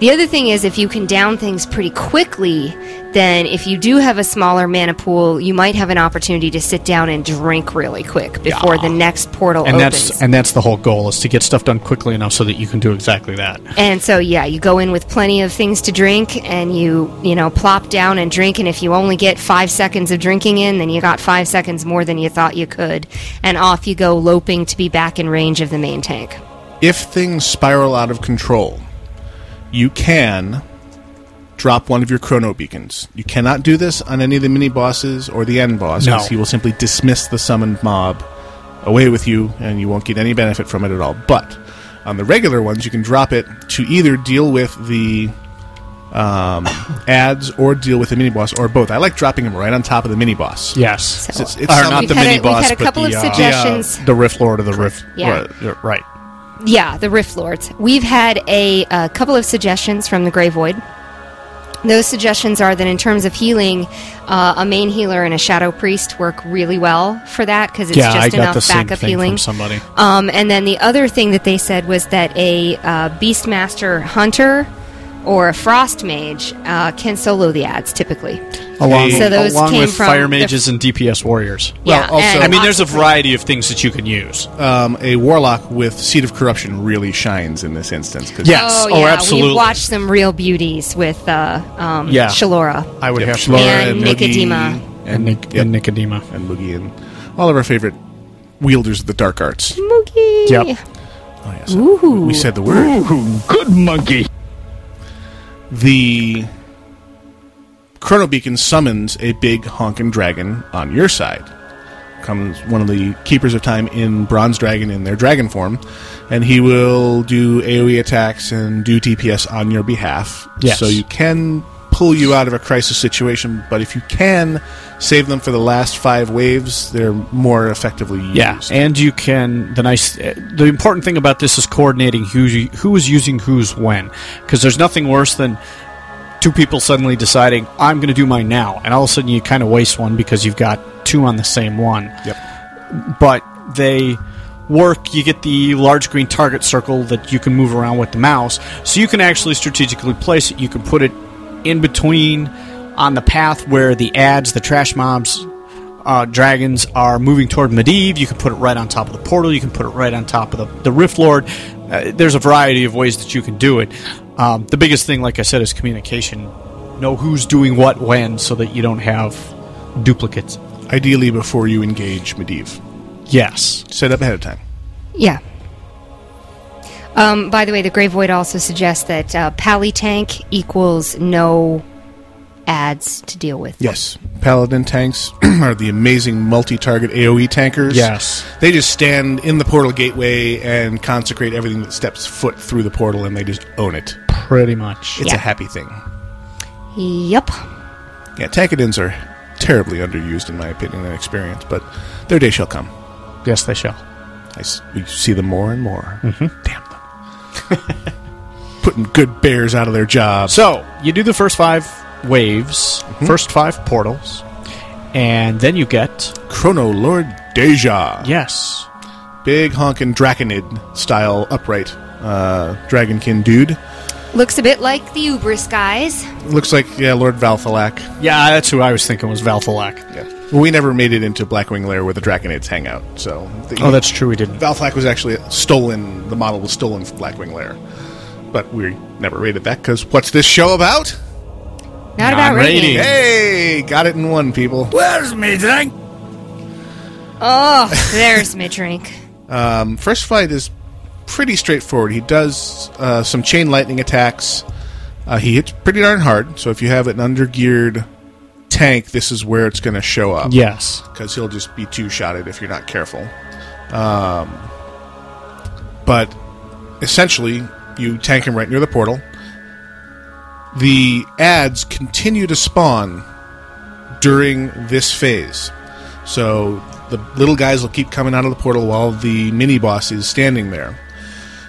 F: The other thing is, if you can down things pretty quickly, then if you do have a smaller mana pool, you might have an opportunity to sit down and drink really quick before the next portal
E: and
F: opens.
E: that's and that's the whole goal is to get stuff done quickly enough so that you can do exactly that.
F: and so, yeah, you go in with plenty of things to drink, and you you know plop down and drink. And if you only get five seconds of drinking in, then you got five seconds more than you thought you could, and off you go loping to be back in range of the main tank.
A: if things spiral out of control, you can drop one of your chrono beacons. You cannot do this on any of the mini bosses or the end boss
E: No.
A: because he will simply dismiss the summoned mob away with you and you won't get any benefit from it at all. But on the regular ones, you can drop it to either deal with the um, ads or deal with the mini boss or both. I like dropping them right on top of the mini boss.
E: Yes,
A: So it's- it's
E: Or
A: some-
E: not
A: We've
E: the
A: had a-
E: mini
A: we've
E: boss,
F: had a
E: but
F: couple
E: the,
F: of
E: uh,
F: suggestions.
E: the, riff lord of the riff.
F: Yeah.
E: right, right.
F: Yeah, the Rift Lords. We've had a, a couple of suggestions from the Grey Void. Those suggestions are that in terms of healing, uh, a main healer and a shadow priest work really well for that because it's
E: yeah,
F: just
E: I got
F: enough
E: the same
F: backup
E: thing
F: healing.
E: from somebody.
F: Um, and then the other thing that they said was that a uh, Beastmaster Hunter or a Frost Mage uh, can solo the ads typically.
E: Along,
F: so those
E: along
F: came
E: with
F: from
E: fire
F: the-
E: mages and DPS warriors.
F: Yeah, Well, also- and
E: I mean, there's a
F: possibly-
E: variety of things that you can use.
A: Um, a warlock with seed of corruption really shines in this instance. 'cause-
F: Oh, yeah. We've watched some real beauties with uh, um,
A: Yeah.
F: Shalora.
E: I would
A: Yep,
E: have to-
A: Shalora
F: and
A: Moogie
F: Nicodema.
A: and, Nic-
E: and Nicodema
A: and Moogie and all of our favorite wielders of the dark arts.
F: Moogie.
A: Yep.
F: Ooh.
A: We said the word. good monkey. The Chrono Beacon summons a big honkin' dragon on your side. Comes one of the keepers of time in Bronze Dragon in their dragon form, and he will do AoE attacks and do DPS on your behalf.
E: Yes.
A: So you can pull you out of a crisis situation, but if you can save them for the last five waves, they're more effectively used.
E: Yeah, and you can. The nice, uh, the important thing about this is coordinating who you- who is using who's when, because there's nothing worse than two people suddenly deciding I'm going to do mine now, and all of a sudden you kind of waste one because you've got two on the same one. Yep. But they work. You get the large green target circle that you can move around with the mouse, so you can actually strategically place it. You can put it in between on the path where the ads, the trash mobs, uh, dragons are moving toward Medivh. You can put it right on top of the portal. You can put it right on top of the, the Rift Lord. Uh, there's a variety of ways that you can do it. Um, the biggest thing, like I said, is communication. Know who's doing what when so that you don't have duplicates.
A: Ideally, before you engage Medivh.
E: Yes.
A: Set up ahead of time.
F: Yeah. Um, by the way, the Grey Void also suggests that uh, Pally Tank equals no ads to deal with.
A: Yes. Paladin tanks are the amazing multi target AoE E tankers.
E: Yes.
A: They just stand in the portal gateway and consecrate everything that steps foot through the portal and they just own it.
E: Pretty much.
A: It's
F: Yeah.
A: a happy thing.
F: Yep.
A: Yeah, tankadins are terribly underused in my opinion and experience, but their day shall come.
E: Yes, they shall.
A: I s- we see them more and more.
E: Mm-hmm.
A: Damn them. Putting good bears out of their job.
E: So you do the first five waves, first five portals, and then you get
A: Chrono Lord Deja.
E: Yes.
A: Big honkin' Draconid style upright uh, dragonkin dude.
F: Looks a bit like the Ubris guys.
A: Looks like yeah, Lord Valthalak.
E: Yeah, that's who I was thinking was Valthalak.
A: Yeah, we never made it into Blackwing Lair where the Draconids hang out. So the,
E: Oh, that's true. We didn't.
A: Valthalak was actually stolen. The model was stolen from Blackwing Lair, but we never rated that because what's this show about?
F: Not about rating.
A: Hey, got it in one, people.
S: Where's me drink?
F: Oh, there's my drink.
A: Um, first fight is pretty straightforward. He does uh, some chain lightning attacks. Uh, he hits pretty darn hard. So if you have an undergeared tank, this is where it's going to show up.
E: Yes.
A: because he'll just be two shotted if you're not careful. Um, but essentially, you tank him right near the portal. The ads continue to spawn during this phase. So the little guys will keep coming out of the portal while the mini boss is standing there.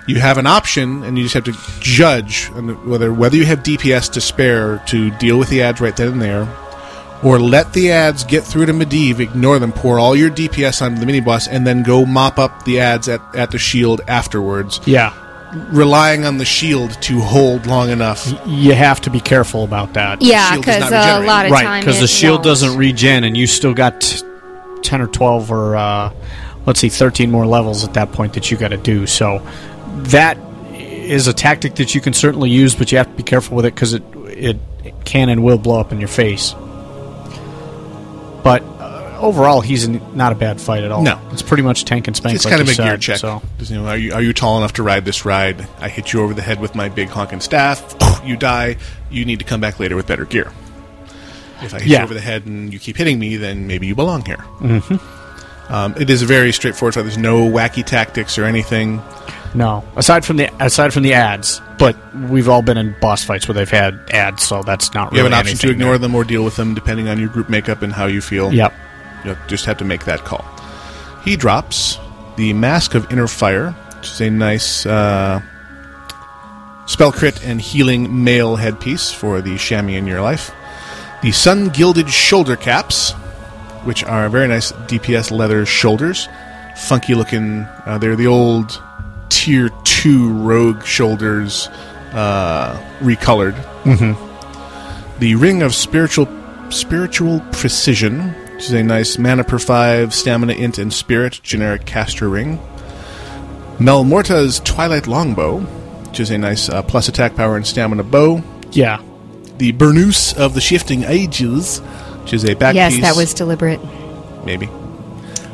A: You have an option, and you just have to judge on whether whether you have DPS to spare to deal with the ads right then and there, or let the ads get through to Medivh, ignore them, pour all your DPS onto the mini boss, and then go mop up the ads at, at the shield afterwards.
E: Yeah.
A: Relying on the shield to hold long enough.
E: You have to be careful about that.
F: Yeah, because a lot of
E: right,
F: time
E: because
F: it
E: the shield
F: won't.
E: doesn't regen, and you still got t- ten or twelve or uh, let's see, thirteen more levels at that point that you got to do. So that is a tactic that you can certainly use, but you have to be careful with it because it, it it can and will blow up in your face. But uh, overall, he's n- not a bad fight at all.
A: No.
E: it's pretty much tank and spank.
A: It's
E: like
A: kind of
E: you
A: a gear
E: said,
A: check.
E: So.
A: You know, are you are you tall enough to ride this ride? I hit you over the head with my big honking staff. You die. You need to come back later with better gear. If I hit
E: Yeah.
A: you over the head and you keep hitting me, then maybe you belong here.
E: hmm
A: Um, it is a very straightforward. So there's no wacky tactics or anything.
E: No, aside from the aside from the ads, but we've all been in boss fights where they've had ads, so that's not
A: You
E: really
A: have an option to
E: anything
A: ignore
E: there.
A: them or deal with them, depending on your group makeup and how you feel.
E: Yep.
A: You just have to make that call. He drops the Mask of Inner Fire, which is a nice uh, spell crit and healing mail headpiece for the chamois in your life. The Sun Gilded Shoulder Caps, which are very nice DPS leather shoulders. Funky looking. Uh, they're the old Tier 2 Rogue shoulders uh, recolored.
E: Mhm.
A: The Ring of Spiritual Spiritual Precision, which is a nice mana per five, stamina int, and spirit generic caster ring. Melmorta's Twilight Longbow, which is a nice uh, plus attack power and stamina bow.
E: Yeah.
A: The Burnous of the Shifting Ages, which is a back
F: yes,
A: piece
F: that was deliberate.
A: maybe,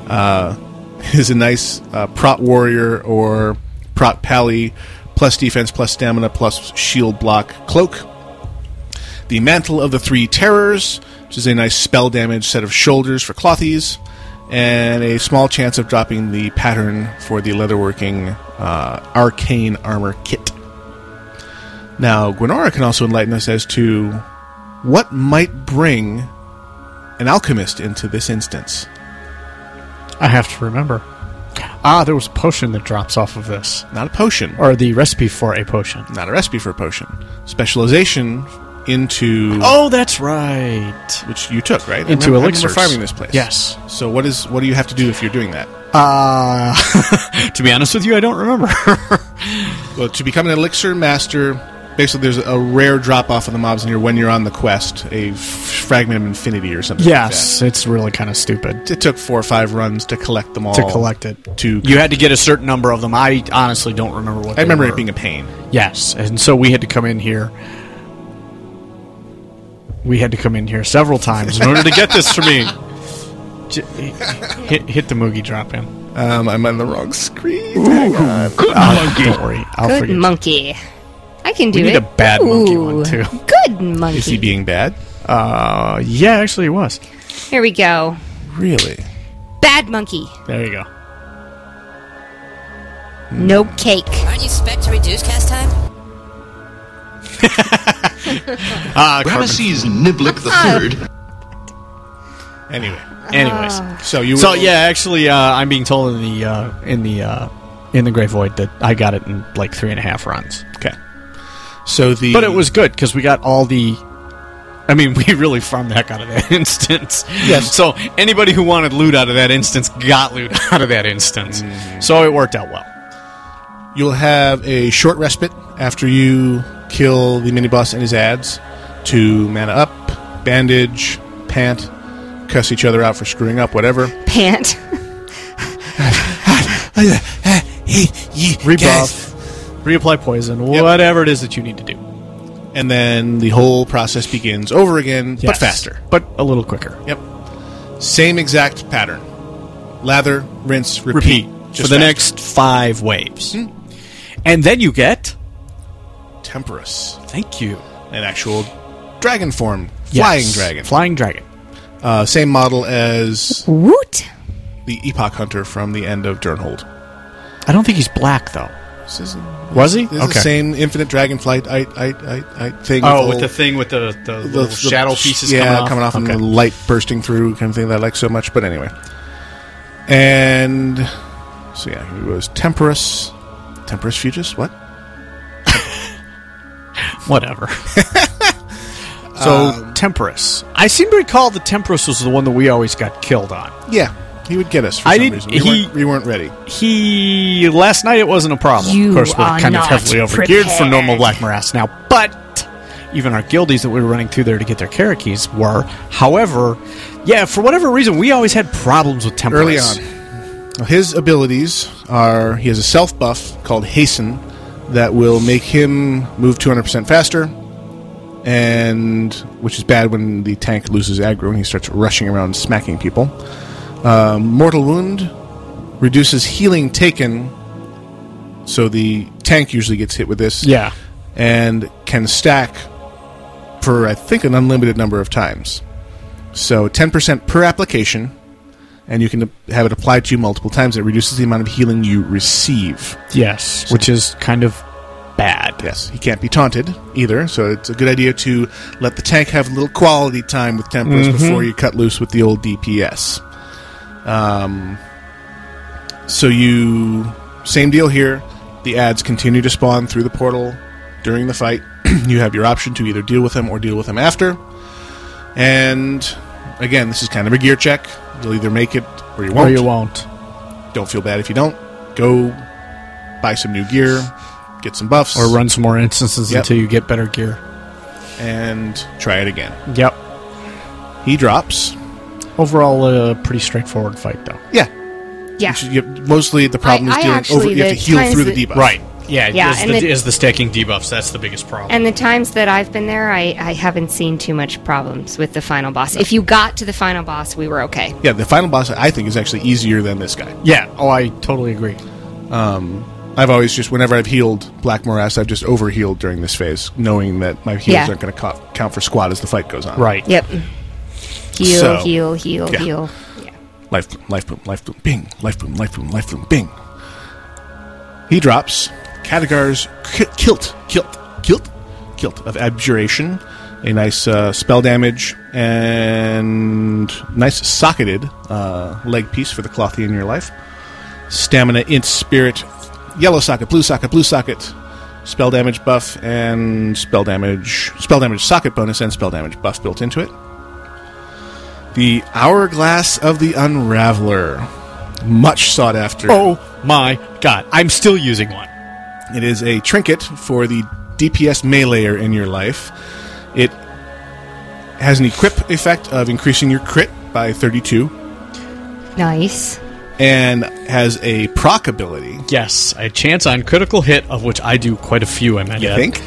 A: uh, is a nice uh, prot warrior or prot pally, plus defense, plus stamina, plus shield block cloak. The mantle of the three terrors, which is a nice spell damage set of shoulders for clothies, and a small chance of dropping the pattern for the leatherworking uh, arcane armor kit. Now, Gwenora can also enlighten us as to what might bring an alchemist into this instance.
E: I have to remember. Ah, there was a potion that drops off of this.
A: Not a potion.
E: Or the recipe for a potion.
A: Not a recipe for a potion. Specialization into
E: Oh, that's right.
A: which you took right
E: Into
A: I remember,
E: elixirs.
A: I remember farming this place.
E: Yes.
A: So what is what do you have to do if you're doing that?
E: Uh, to be honest with you, I don't remember.
A: Well, to become an elixir master, basically there's a rare drop off of the mobs in here when you're on the quest, a f- fragment of infinity or something.
E: yes, it's really kind of stupid
A: Like that. It took four or five runs to collect them all.
E: to collect it.
A: To
E: You had to get a certain number of them. I honestly don't remember what.
A: I
E: they
A: remember
E: were.
A: it being a pain.
E: Yes, and so we had to come in here. We had to come in here several times in order to get this for me. J- hit, hit the Moogie drop in.
A: Um, I'm on the wrong screen.
E: good monkey. Don't worry, I'll
F: Good
E: forget.
F: monkey. I can do
E: we
F: it.
E: need a bad monkey one
F: Ooh,
E: too.
F: Good monkey.
A: Is he being bad?
E: Uh, yeah, actually, it was.
F: Here we go.
A: Really?
F: Bad monkey.
E: There you go. Hmm.
F: No cake.
S: Aren't you spec to reduce cast time?
E: Ah,
A: Ramesses
Q: Niblick the
F: Ah,
Q: Third.
A: Anyway.
E: Anyways,
A: So you
E: so
A: will-
E: yeah, actually, uh, I'm being told in the uh, in the uh, in the Grey Void that I got it in like three and a half runs.
A: Okay. So the
E: but it was good because we got all the. I mean, we really farmed the heck out of that instance.
A: Yes.
E: So anybody who wanted loot out of that instance got loot out of that instance. So it worked out well.
A: You'll have a short respite after you kill the miniboss and his ads to mana up, bandage, pant, cuss each other out for screwing up, whatever.
F: Pant.
E: Rebuff, reapply poison, whatever it is that you need to do.
A: And then the whole process begins over again, but
E: Yes.
A: faster.
E: but a little quicker.
A: Yep. Same exact pattern. lather, rinse, repeat,
E: for the next five waves. And then you get
A: Temperus.
E: Thank you.
A: An actual dragon form,
E: Yes.
A: flying dragon,
E: flying dragon.
A: Uh, same model as
F: Woot.
A: the Epoch Hunter from the end of Durnhold.
E: I don't think he's black though.
A: This is,
E: Was he?
A: This is the same infinite dragonflight I, I, I, I thing.
N: Oh, with
A: all-
N: the thing with the, the, little
A: the-
N: shadow pieces
A: yeah,
N: coming off.
A: and the light bursting through kind of thing that I like so much. But anyway, and so yeah, he was Temperus, Temperus Fugis. What?
E: Whatever. so Temperus. Um, I seem to recall that Temperus was the one that we always got killed on.
A: Yeah, he would get us. For
E: I
A: some
E: didn't-
A: Reason. We,
E: he-
A: weren't, we weren't ready.
E: He last night it wasn't a problem.
N: You
E: of course, we're
N: are
E: kind of
N: not
E: heavily overgeared for normal black morass now, but even our guildies that we were running through there to get their carakeys were. However, yeah, for whatever reason, we always had problems with Temperus
A: Early on, Now, his abilities are he has a self buff called Hasten that will make him move 200% faster, and which is bad when the tank loses aggro and he starts rushing around smacking people. Uh, mortal Wound reduces healing taken, so the tank usually gets hit with this.
E: Yeah.
A: And can stack for, I think, an unlimited number of times. So 10% per application, and you can have it applied to you multiple times. It reduces the amount of healing you receive.
E: Yes, which is kind of bad.
A: Yes, he can't be taunted either, so it's a good idea to let the tank have a little quality time with Temperance
E: Mhm.
A: before you cut loose with the old DPS. Um, so you same deal here. The ads continue to spawn through the portal during the fight. you have your option to either deal with them or deal with them after. And again, this is kind of a gear check. You'll either make it or you
E: Or
A: won't.
E: you won't.
A: Don't feel bad if you don't. Go buy some new gear, get some buffs,
E: Or run some more instances
A: Yep.
E: until you get better gear.
A: and try it again.
E: Yep.
A: He drops.
E: Overall, a pretty straightforward fight, though.
A: Yeah.
F: Yeah.
A: You should get- mostly the problem
F: I- I
A: is dealing
F: actually-
A: over. You have to
F: the
A: heal
F: times
A: through the
F: that-
A: debuff.
E: Right. Yeah.
F: Yeah,
E: is,
F: and
E: the,
F: the-
E: is the stacking debuffs? That's the biggest problem.
F: And the times that I've been there, I, I haven't seen too much problems with the final boss. If you got to the final boss, we were okay.
A: Yeah, the final boss I think is actually easier than this guy.
E: Yeah. Oh, I totally agree.
A: Um, I've always just whenever I've healed Black Morass, I've just over healed during this phase, knowing that my heals
F: Yeah.
A: aren't going to co- count for squat as the fight goes on.
E: Right.
F: Yep. Heal,
A: So-
F: heal, heal,
A: Yeah.
F: heal.
A: Life boom, life boom, life boom, bing, life boom, life boom, life boom, bing. He drops Katagar's ki- kilt, kilt, kilt, kilt of abjuration, a nice uh, spell damage, and nice socketed uh, leg piece for the clothy in your life. Stamina, int, spirit, yellow socket, blue socket, blue socket, spell damage buff, and spell damage, spell damage socket bonus, and spell damage buff built into it. The Hourglass of the Unraveler. Much sought after.
E: Oh my god! I'm still using one.
A: It is a trinket for the DPS meleeer in your life. It has an equip effect of increasing your crit by 32
F: Nice.
A: and has a proc ability.
E: Yes, a chance on critical hit, of which I do quite a few. I might
A: You
E: add,
A: think?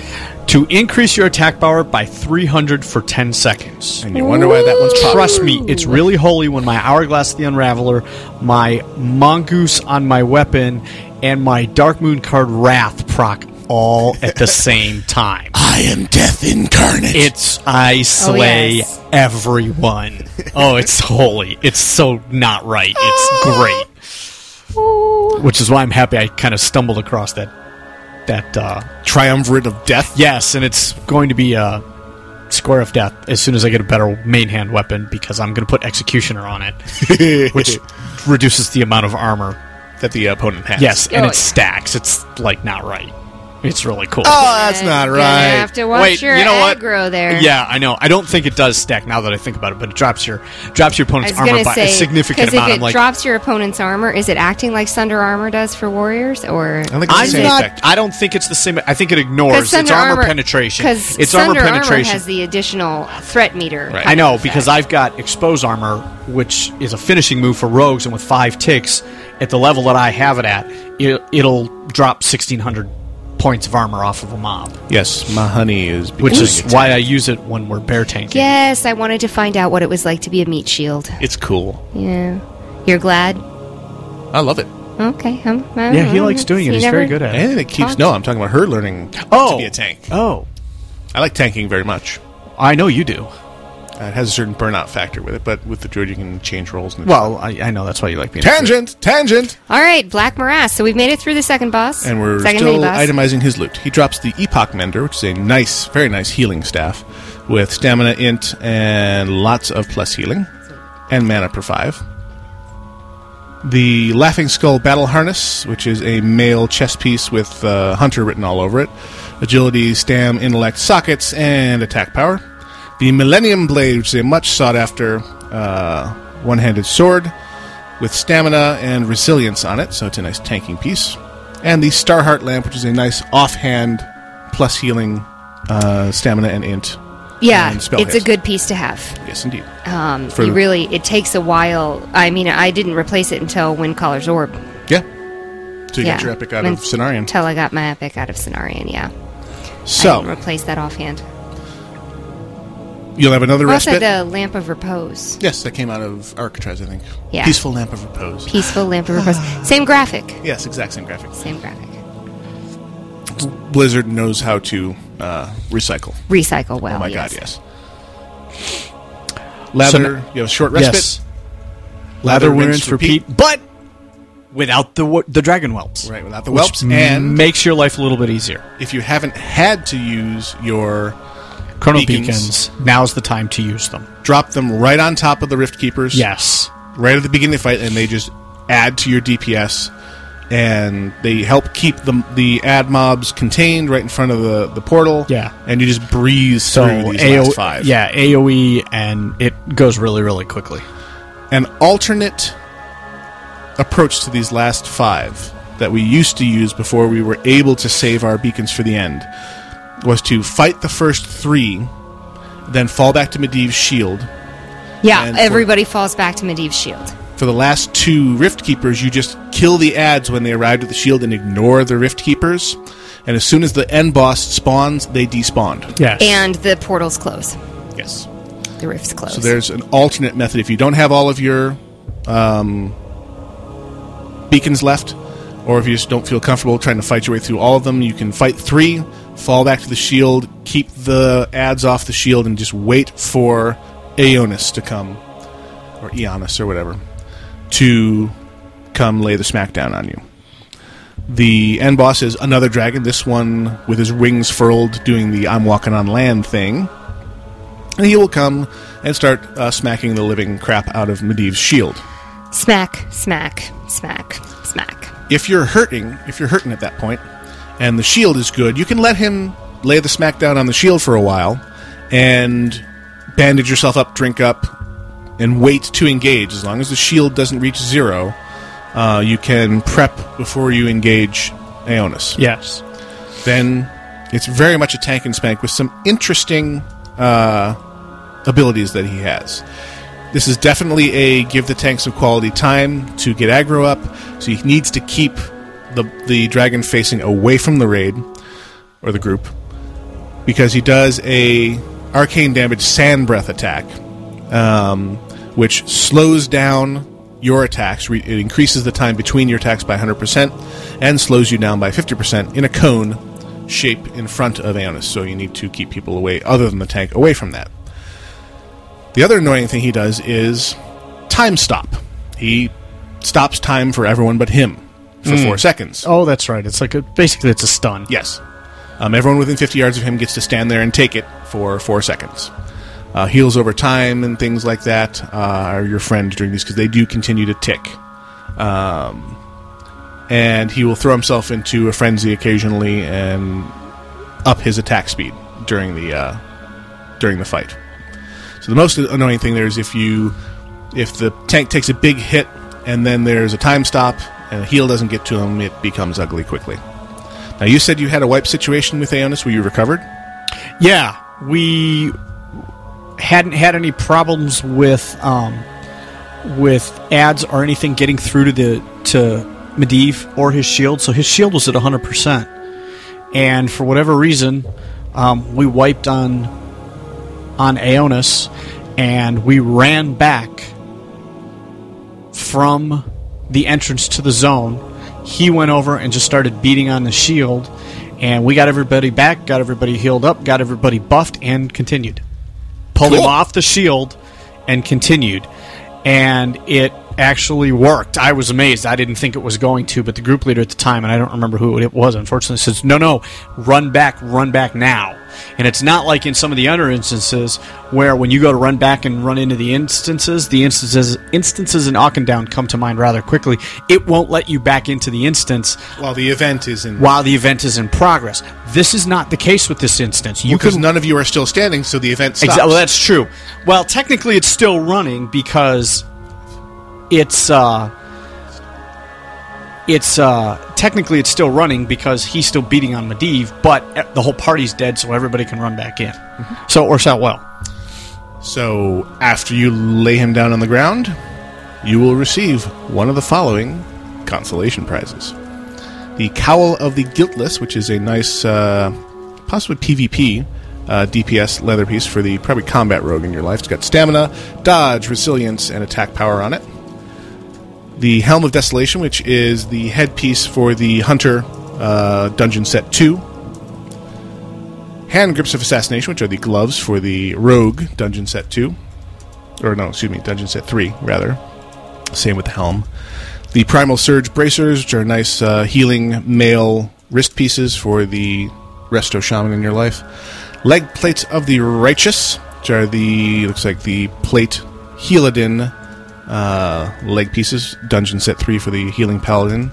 E: to increase your attack power by 300 for 10 seconds.
A: And you wonder why that one's popular.
E: Trust me, it's really holy when my hourglass, the unraveler, my mongoose on my weapon, and my dark moon card wrath proc all at the same time.
A: I am death incarnate.
E: It's I slay
A: Oh, yes.
E: everyone. Oh, it's holy. It's so not right. It's great. Which is why I'm happy I kind of stumbled across that that uh,
A: Triumvirate of Death.
E: Yes, and it's going to be uh, Square of Death as soon as I get a better main hand weapon because I'm going to put Executioner on it, which reduces the amount of armor
A: that the opponent has.
E: Yes, and
F: Oh,
E: it
F: yeah.
E: stacks. It's like not right. It's really cool.
A: Oh, that's not
F: Gonna
E: right.
F: have to watch
E: Wait,
F: your
E: you know what?
F: aggro there.
E: Yeah, I know. I don't think it does stack now that I think about it, but it drops your drops your
F: I
E: opponent's
F: was gonna
E: armor by
F: say
E: a significant
F: because if
E: amount.
F: it
E: I'm like,
F: drops your opponent's armor, is it acting like Sunder Armor does for warriors, or
E: I'm not. I don't think it's the same. I think it ignores its armor, penetration.
F: Because
E: It's
F: Sunder
E: armor penetration.
F: has the additional threat meter.
E: I know because I've got expose armor, which is a finishing move for rogues, and with five ticks at the level that I have it at, it, it'll drop sixteen hundred points of armor off of a mob,
A: Yes, my honey is
E: which is
A: becoming a
E: why I use it when we're bear tanking.
F: Yes, I wanted to find out what it was like to be a meat shield.
A: It's cool.
F: Yeah, you're glad.
A: I love it.
F: Okay. Um, I
A: Yeah,
F: don't
A: he
F: know.
A: likes doing it.
F: You
A: He's
F: never
A: very good at it. And it keeps.
F: talked-
A: No, I'm talking about her learning
E: oh.
A: to be a tank. Oh. I like tanking very much. Uh,
E: I know you do.
A: it has a certain burnout factor with it, but with the druid, you can change roles. And
E: Well, I, I know that's why you like being
A: tangent, tangent.
F: All right, Black Morass. So we've made it through the second boss.
A: And we're
F: second
A: still
F: mini-boss.
A: itemizing his loot. He drops the Epoch Mender, which is a nice, very nice healing staff with stamina, int, and lots of plus healing, and mana per five. The Laughing Skull Battle Harness, which is a male chess piece with uh, Hunter written all over it, agility, stam, intellect, sockets, and attack power. The Millennium Blade, which is a much sought after uh, one handed sword with stamina and resilience on it, so it's a nice tanking piece. And the Starheart Lamp, which is a nice offhand plus healing uh, stamina and int.
F: Yeah,
A: and
F: it's
A: spell
F: a
A: hit.
F: good piece to have.
A: Yes, indeed.
F: Um,
A: For
F: you
A: the-
F: really, it takes a while. I mean, I didn't replace it until Windcaller's Orb.
A: Yeah. So you
F: yeah.
A: got your epic out
F: When-
A: of Cenarion.
F: Until I got my epic out of Cenarion, yeah. I
A: So-
F: didn't replace that offhand.
A: You'll have another
F: also,
A: respite.
F: the Lamp of Repose.
A: Yes, that came out of Arcatraz, I think.
F: Yeah.
A: Peaceful Lamp of Repose.
F: Peaceful Lamp of Repose. Same graphic.
A: Yes, exact same graphic.
F: Same graphic.
A: Blizzard knows how to uh, recycle.
F: Recycle well.
A: oh my
F: yes.
A: god, yes. Lather, you have a short respite.
E: Yes. Lather, rinse, repeat, but without the wo- the dragon whelps.
A: Right, without the
E: Which
A: whelps, and-
E: makes your life a little bit easier.
A: If you haven't had to use your
E: Chrono
A: beacons,
E: beacons. Now's the time to use them.
A: drop them right on top of the Rift Keepers.
E: Yes.
A: Right at the beginning of the fight, and they just add to your DPS, and they help keep the, the ad mobs contained right in front of the, the portal.
E: Yeah.
A: And you just breeze
E: So
A: through these
E: AO
A: last five.
E: yeah, AOE, and it goes really, really quickly.
A: an alternate approach to these last five that we used to use before we were able to save our beacons for the end was to fight the first three, then fall back to Medivh's shield.
F: Yeah,
A: And for-
F: everybody falls back to Medivh's shield.
A: For the last two Rift Keepers, you just kill the ads when they arrived at the shield and ignore the Rift Keepers. And as soon as the end boss spawns, they despawned.
E: Yes.
F: And the portals close.
A: Yes.
F: The rifts close.
A: So there's an alternate method. If you don't have all of your um, beacons left, or if you just don't feel comfortable trying to fight your way through all of them, you can fight three, fall back to the shield, keep the ads off the shield, and just wait for Aeonis to come, or Eonis, or whatever, to come lay the smackdown on you. The end boss is another dragon, this one with his wings furled, doing the I'm walking on land thing. And he will come and start uh, smacking the living crap out of Medivh's shield.
F: smack, smack, smack, smack.
A: If you're hurting, if you're hurting at that point, and the shield is good, you can let him lay the smack down on the shield for a while and bandage yourself up, drink up, and wait to engage. As long as the shield doesn't reach zero, uh, you can prep before you engage Aeonis.
E: Yes.
A: Then it's very much a tank and spank with some interesting uh, abilities that he has. This is definitely a give the tank some quality time to get aggro up, so he needs to keep the, the dragon facing away from the raid or the group because he does a arcane damage sand breath attack, um, which slows down your attacks. Re- it increases the time between your attacks by 100% and slows you down by 50% in a cone shape in front of Aeonis. So you need to keep people away, other than the tank, away from that. The other annoying thing he does is time stop. He stops time for everyone but him for
E: Mm.
A: four seconds.
E: Oh, that's right. It's like a, basically it's a stun.
A: Yes. Um, everyone within 50 yards of him gets to stand there and take it for four seconds. Uh, heals over time and things like that uh, are your friend during these because they do continue to tick. Um, and he will throw himself into a frenzy occasionally and up his attack speed during the uh, during the fight. So the most annoying thing there is if you if the tank takes a big hit and then there's a time stop and a heal doesn't get to him, it becomes ugly quickly. Now you said you had a wipe situation with Aeonis where you recovered.
E: Yeah, we hadn't had any problems with um, with ads or anything getting through to the to Medivh or his shield. So his shield was at 100, percent and for whatever reason, um, we wiped on on Aeonis, and we ran back from the entrance to the zone. He went over and just started beating on the shield, and we got everybody back, got everybody healed up, got everybody buffed, and continued. Pulled him
N: Cool.
E: off the shield and continued. And it actually worked. I was amazed. I didn't think it was going to, but the group leader at the time, and I don't remember who it was, unfortunately, says, No, no, run back, run back now. And it's not like in some of the other instances where when you go to run back and run into the instances, the instances instances in Ockendown come to mind rather quickly. It won't let you back into the instance
A: while the event is in
E: while the event is in progress. This is not the case with this instance. You
A: because
E: can
A: none of you are still standing, so the event stops.
E: Exactly. Well, that's true. Well, technically, it's still running because it's uh, it's uh, technically it's still running because he's still beating on Medivh, but e- the whole party's dead, so everybody can run back in. Mm-hmm. So it works out well.
A: So after you lay him down on the ground, you will receive one of the following consolation prizes: the Cowl of the Guiltless, which is a nice, uh, possibly PvP uh, DPS leather piece for the probably combat rogue in your life. It's got stamina, dodge, resilience, and attack power on it. The Helm of Desolation, which is the headpiece for the Hunter uh, Dungeon Set Two, Hand Grips of Assassination, which are the gloves for the Rogue Dungeon Set 2. Or, no, excuse me, Dungeon Set 3, rather. Same with the helm. The Primal Surge Bracers, which are nice uh, healing male wrist pieces for the Resto Shaman in your life. Leg Plates of the Righteous, which are the, looks like the Plate Heladin uh, leg pieces. Dungeon Set 3 for the Healing Paladin.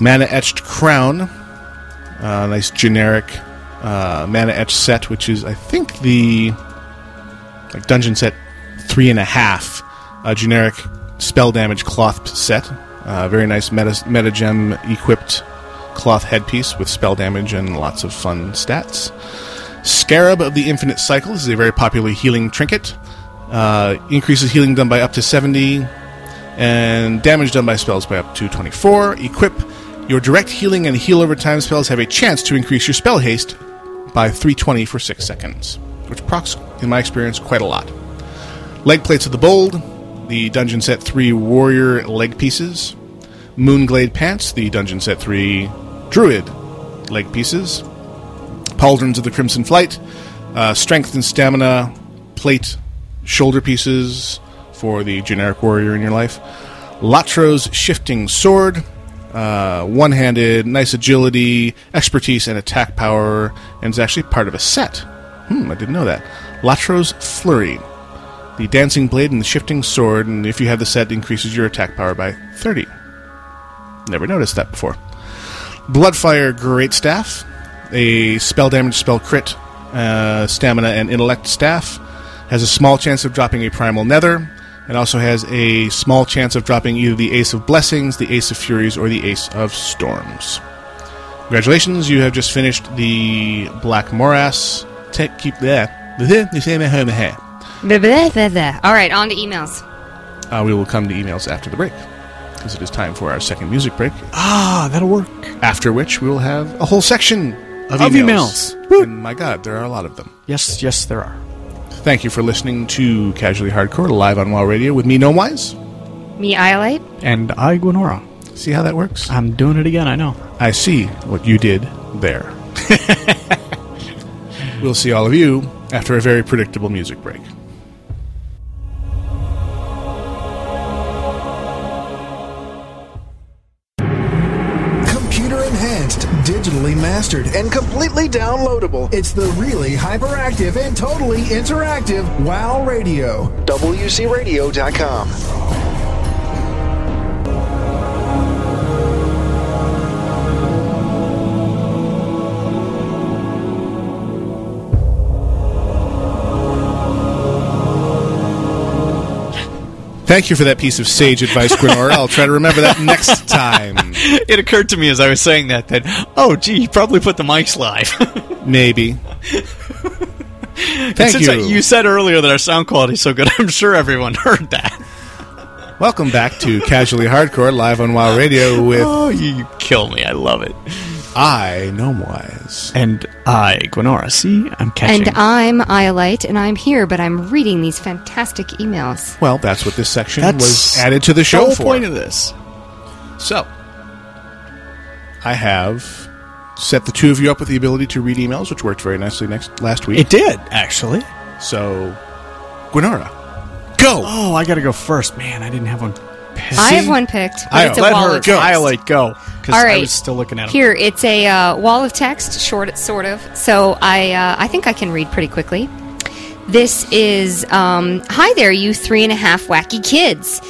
A: Mana Etched Crown, uh, nice generic uh, mana etch set, which is I think the like dungeon set three and a half, a generic spell damage cloth set. Uh, very nice meta, meta gem equipped cloth headpiece with spell damage and lots of fun stats. Scarab of the Infinite Cycle this is a very popular healing trinket. Uh, increases healing done by up to 70 and damage done by spells by up to 24. Equip your direct healing and heal over time spells have a chance to increase your spell haste by 320 for 6 seconds, which procs, in my experience, quite a lot. Leg plates of the bold, the dungeon set 3 warrior leg pieces. Moonglade pants, the dungeon set 3 druid leg pieces. Pauldrons of the Crimson Flight, uh, strength and stamina plate shoulder pieces for the generic warrior in your life. Latro's shifting sword, uh, one handed, nice agility, expertise, and attack power, and is actually part of a set. Hmm, I didn't know that. Latro's flurry, the dancing blade and the shifting sword, and if you have the set, increases your attack power by 30. Never noticed that before. Bloodfire Great Staff, a spell damage, spell crit, uh, stamina, and intellect staff. Has a small chance of dropping a primal nether, and also has a small chance of dropping either the Ace of Blessings, the Ace of Furies, or the Ace of Storms. Congratulations, you have just finished the Black Morass. Take, keep there. Uh,
F: Blah, blah, blah, blah. All right, on to emails.
A: we will come to emails after the break, because it is time for our second music break.
E: Ah, that'll work.
A: After which we will have a whole section of,
E: Of
A: emails. And my God, there are a lot of them.
E: Yes, yes, there are.
A: Thank you for listening to Casually Hardcore live on WoW Radio with me, No Wise.
F: Me, Iolite.
E: And I, Gwenora.
A: See how that works?
E: I'm doing it again, I know.
A: I see what you did there. we'll see all of you after a very predictable music break.
O: Computer enhanced, digitally mastered, and completely downloadable. It's the really hyperactive and totally interactive WoW Radio. WCRadio.com.
A: Thank you for that piece of sage advice, Grenora. I'll try to remember that next time.
E: it occurred to me as I was saying that that oh gee, he probably put the mics live.
A: Maybe.
E: And
A: Thank
E: since
A: you.
E: I- you said earlier that our sound quality's so good, I'm sure everyone heard that.
A: Welcome back to Casually Hardcore live on WoW Radio with
E: oh, you you kill me. I love it.
A: I Gnomewise.
E: And I Gwenora. See, I'm catching.
F: And I'm Iolite, and I'm here, but I'm reading these fantastic emails.
A: Well, that's what this section
E: That's
A: was added to the
E: the
A: show
E: whole
A: for.
E: point of this.
A: So, I have set the two of you up with the ability to read emails, which worked very nicely next last week.
N: It did, actually.
A: So, Gwenora,
N: go. Oh, I got to go first, man. I didn't have one. Picked.
F: I have one picked. But
N: I
F: it's a
N: let
F: wall
N: her
F: of
N: go.
F: text.
N: I like go. Because
F: All
N: I
F: right.
N: was still looking at him.
F: Here, it's a uh, wall of text, short, sort of. So I, uh, I think I can read pretty quickly. This is um, Hi there, you three and a half wacky kids.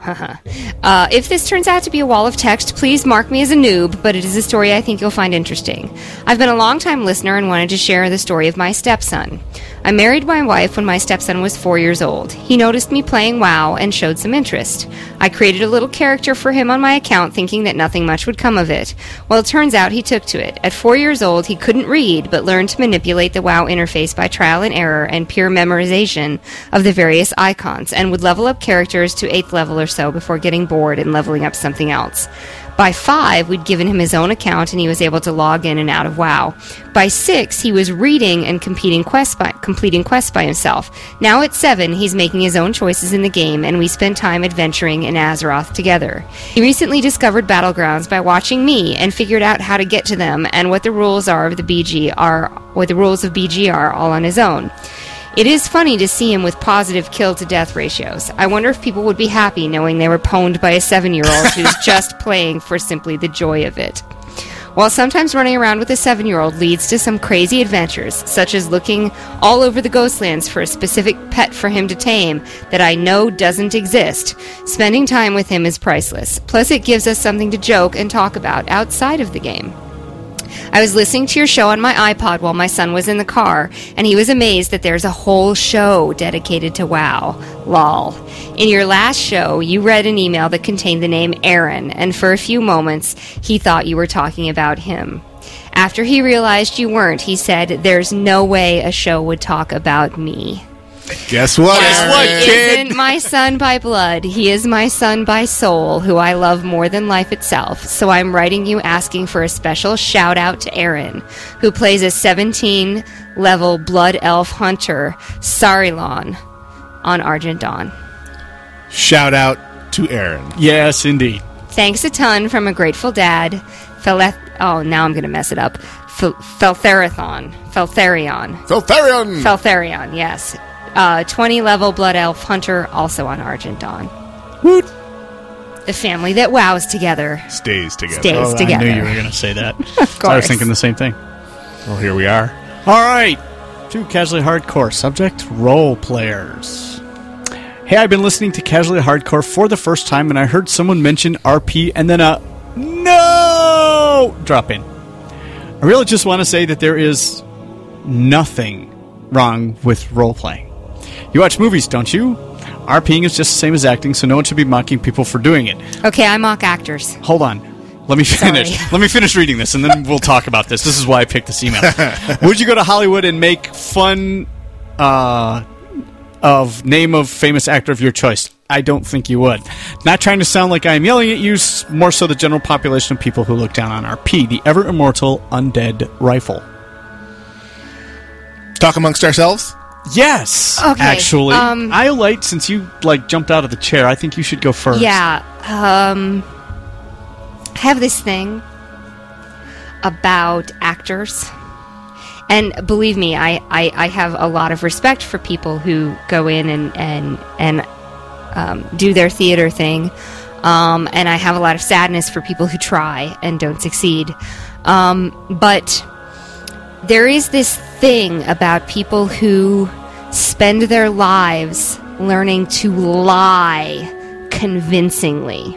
F: Haha. uh, if this turns out to be a wall of text, please mark me as a noob, but it is a story I think you'll find interesting. I've been a long-time listener and wanted to share the story of my stepson. I married my wife when my stepson was four years old. He noticed me playing WoW and showed some interest. I created a little character for him on my account, thinking that nothing much would come of it. Well, it turns out he took to it. At four years old, he couldn't read, but learned to manipulate the WoW interface by trial and error and pure memorization of the various icons, and would level up characters to eighth level or so before getting bored and leveling up something else. By five, we'd given him his own account and he was able to log in and out of WoW. By six, he was reading and competing quests by, completing quests by himself. Now at seven, he's making his own choices in the game and we spend time adventuring in Azeroth together. He recently discovered Battlegrounds by watching me and figured out how to get to them and what the rules are of the BG are, what the rules of BG are all on his own. It is funny to see him with positive kill to death ratios. I wonder if people would be happy knowing they were pwned by a seven year old who's just playing for simply the joy of it. While sometimes running around with a seven year old leads to some crazy adventures, such as looking all over the Ghostlands for a specific pet for him to tame that I know doesn't exist, spending time with him is priceless. Plus, it gives us something to joke and talk about outside of the game. I was listening to your show on my iPod while my son was in the car, and he was amazed that there's a whole show dedicated to WoW. Lol. In your last show, you read an email that contained the name Aaron, and for a few moments, he thought you were talking about him. After he realized you weren't, he said, There's no way a show would talk about me.
A: Guess what?
F: He isn't my son by blood. He is my son by soul, who I love more than life itself. So I'm writing you asking for a special shout out to Aaron, who plays a 17 level blood elf hunter, Sarilon, on Argent Dawn.
A: Shout out to Aaron.
E: Yes, indeed.
F: Thanks a ton from a grateful dad, Feleth. Oh, now I'm going to mess it up. Fel- Feltherathon. Feltherion.
A: Feltherion!
F: Feltherion, yes. Uh, 20 level blood elf hunter, also on Argent Dawn.
E: Woot!
F: The family that wows together.
A: Stays together.
F: Stays
E: Oh,
F: together.
E: I knew you were going to say that.
F: Of
E: I was
F: course.
E: thinking the same thing.
A: Well, here we are.
E: All right. To Casually Hardcore, subject role players. Hey, I've been listening to Casually Hardcore for the first time, and I heard someone mention RP and then a no drop in. I really just want to say that there is nothing wrong with role playing. You watch movies, don't you? RPing is just the same as acting, so no one should be mocking people for doing it.
F: Okay, I mock actors.
E: Hold on. Let me finish. Let me finish reading this, and then we'll talk about this. This is why I picked this email. Would you go to Hollywood and make fun uh, of name of famous actor of your choice? I don't think you would. Not trying to sound like I am yelling at you, s- more so the general population of people who look down on RP, the ever immortal undead rifle.
A: Talk amongst ourselves.
E: Yes,
F: Okay,
E: actually,
F: um,
E: Iolite. Since you like jumped out of the chair, I think you should go first.
F: Yeah. Um, I have this thing about actors. And believe me, I, I, I have a lot of respect for people who go in and, and, and um, do their theater thing. Um, and I have a lot of sadness for people who try and don't succeed. Um, but there is this thing about people who spend their lives learning to lie convincingly.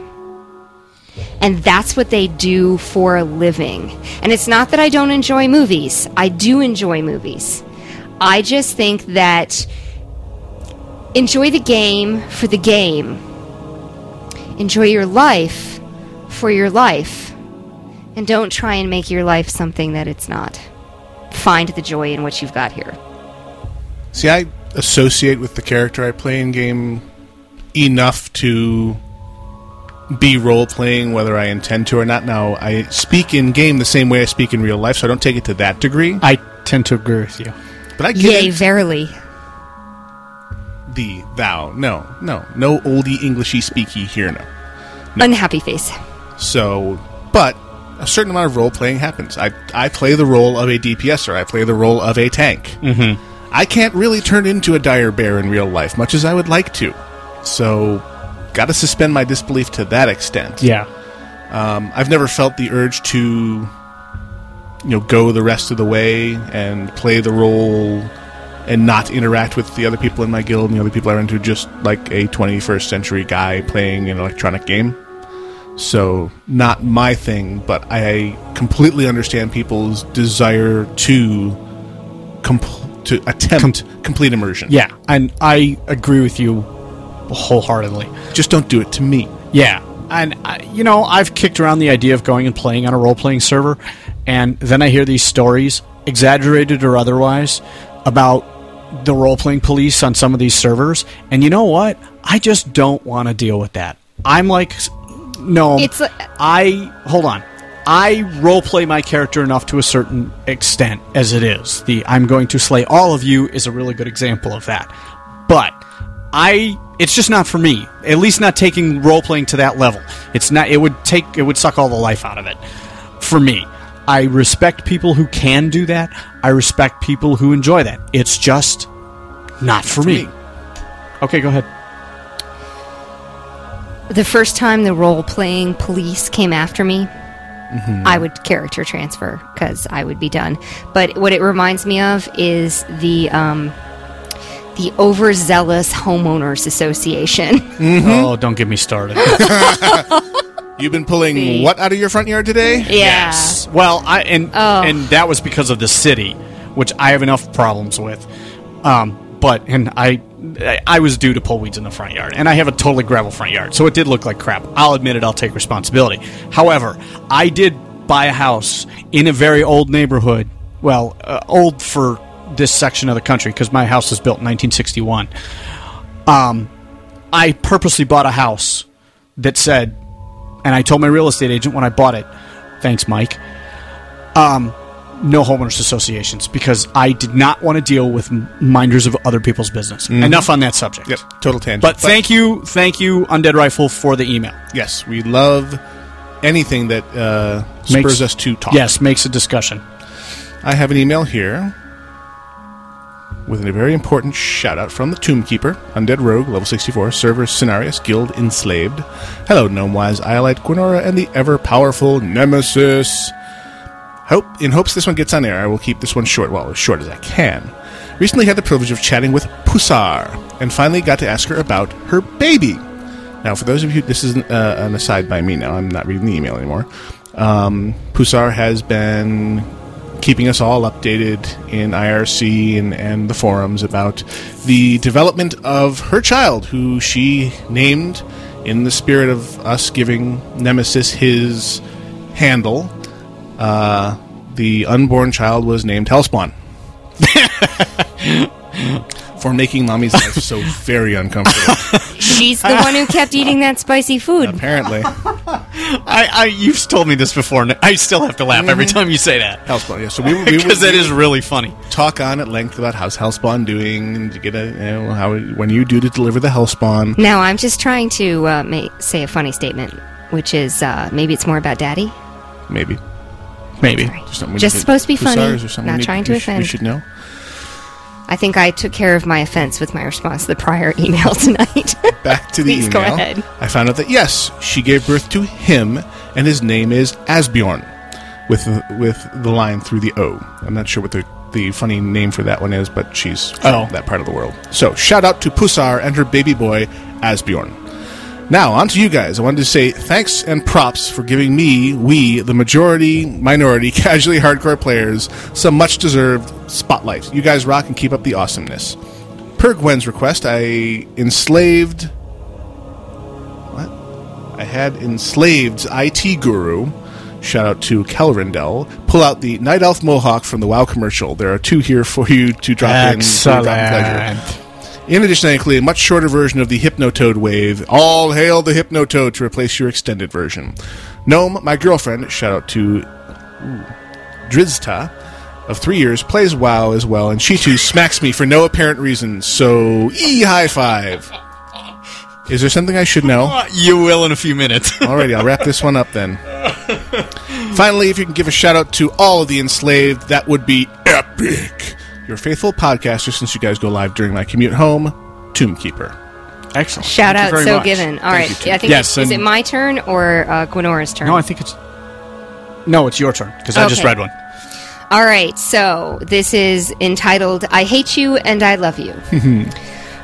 F: And that's what they do for a living. And it's not that I don't enjoy movies, I do enjoy movies. I just think that enjoy the game for the game, enjoy your life for your life, and don't try and make your life something that it's not. Find the joy in what you've got here.
A: See, I associate with the character I play in game enough to be role playing, whether I intend to or not. Now, I speak in game the same way I speak in real life, so I don't take it to that degree.
E: I tend to agree with you.
A: But I get
F: Yea,
A: it.
F: verily.
A: thee, thou. No, no, no oldie Englishy speaky here. No,
F: Unhappy face.
A: So, but a certain amount of role playing happens. I I play the role of a DPSer. er. I play the role of a tank.
E: Mm-hmm.
A: I can't really turn into a dire bear in real life, much as I would like to. So, got to suspend my disbelief to that extent.
E: Yeah.
A: Um, I've never felt the urge to, you know, go the rest of the way and play the role and not interact with the other people in my guild and the other people I run into, just like a 21st century guy playing an electronic game. So, not my thing, but I completely understand people's desire to compl- to attempt complete immersion.
E: Yeah, and I agree with you wholeheartedly.
A: Just don't do it to me.
E: Yeah, and I, you know, I've kicked around the idea of going and playing on a role playing server, and then I hear these stories, exaggerated or otherwise, about the role playing police on some of these servers. And you know what? I just don't want to deal with that. I'm like, no,
F: It's a-
E: I hold on. I roleplay my character enough to a certain extent as it is. The I'm going to slay all of you is a really good example of that. But I it's just not for me. At least not taking roleplaying to that level. It's not it would take it would suck all the life out of it for me. I respect people who can do that. I respect people who enjoy that. It's just not for, me. Okay, go ahead.
F: The first time the role playing police came after me,
A: Mm-hmm.
F: I would character transfer because I would be done. But what it reminds me of is the um, the overzealous homeowners association.
E: Oh, don't get me started.
A: You've been pulling
F: See.
A: what out of your front yard today?
F: Yeah.
E: Yes. Well, I and
F: Oh.
E: and that was because of the city, which I have enough problems with. Um, but and I I- I was due to pull weeds in the front yard, and I have a totally gravel front yard, so it did look like crap. I'll admit it. I'll take responsibility. However, I did buy a house in a very old neighborhood. Well, uh, old for this section of the country because my house was built in 1961. Um, I purposely bought a house that said and I told my real estate agent when I bought it, thanks, Mike, um, no homeowners associations because I did not want to deal with m- minders of other people's business. Enough on that subject.
A: Yep, total tangent.
E: But thank you, thank you, Undead Rifle, for the email.
A: Yes, we love anything that uh, spurs
E: Makes-
A: us to talk.
E: Yes, makes a discussion.
A: I have an email here with a very important shout out from the Tomb Keeper, Undead Rogue, level 64, server Cenarius, Guild Enslaved. Hello, Gnome Wise, Iolite, Gwenora, and the ever powerful Nemesis. Hope in hopes this one gets on air, I will keep this one short, well, as short as I can. Recently had the privilege of chatting with Pusar, and finally got to ask her about her baby. Now, for those of you, this isn't uh, an aside by me. Now, I'm not reading the email anymore. Um, Pusar has been keeping us all updated in IRC and, and the forums about the development of her child, who she named in the spirit of us giving Nemesis his handle. Uh, the unborn child was named Hellspawn. For making mommy's life so very uncomfortable.
F: She's the one who kept eating that spicy food.
A: Apparently.
E: I, I you've told me this before, and I still have to laugh every time you say that.
A: Hellspawn, yeah. So we we-
E: because
A: we-
E: that is really funny.
A: talk on at length about how's Hellspawn doing and to get a you know, how when you do to deliver the Hellspawn.
F: Now I'm just trying to uh, ma- say a funny statement, which is uh, maybe it's more about daddy.
A: Maybe.
E: Maybe.
A: Just, something we
F: Just
A: need
F: supposed to be funny,
A: Hussars or something we
F: not
A: need-
F: trying to
A: we sh-
F: offend.
A: We should know.
F: I think I took care of my offense with my response to the prior email tonight.
A: Back to the
F: Please go
A: email.
F: ahead.
A: I found out that yes, she gave birth to him, and his name is Asbjorn, with the, with the line through the O. I'm not sure what the the funny name for that one is, but she's from
E: Oh.
A: that part of the world. So shout out to Pusar and her baby boy Asbjorn. Now, on to you guys. I wanted to say thanks and props for giving me, we, the majority, minority, casually hardcore players, some much deserved spotlight. You guys rock and keep up the awesomeness. Per Gwen's request, I enslaved. What? I had enslaved IT guru. Shout out to Calrindel. Pull out the Night Elf Mohawk from the WoW commercial. There are two here for you to drop in. for your drop in pleasure. In addition, I include a much shorter version of the Hypnotoad wave. All hail the Hypnotoad to replace your extended version. Gnome, my girlfriend, shout out to ooh, Drizta of three years, plays WoW as well, and she too smacks me for no apparent reason, so e high five. Is there something I should know?
E: You will in a few minutes.
A: Alrighty, I'll wrap this one up then. Finally, if you can give a shout out to all of the enslaved, that would be epic. Your faithful podcaster, since you guys go live during my commute home, Tombkeeper.
E: Excellent.
F: Shout
A: Thank you
F: out
A: very
F: so
A: much.
F: given. All
A: Thank
F: right,
A: you, Tim.
F: I think
E: Yes,
F: it's, is
E: and-
F: it my turn or uh, Gwenora's turn?
E: No, I think it's. No, it's your turn because I just
F: Okay.
E: read one.
F: All right, so this is entitled "I Hate You and I Love You."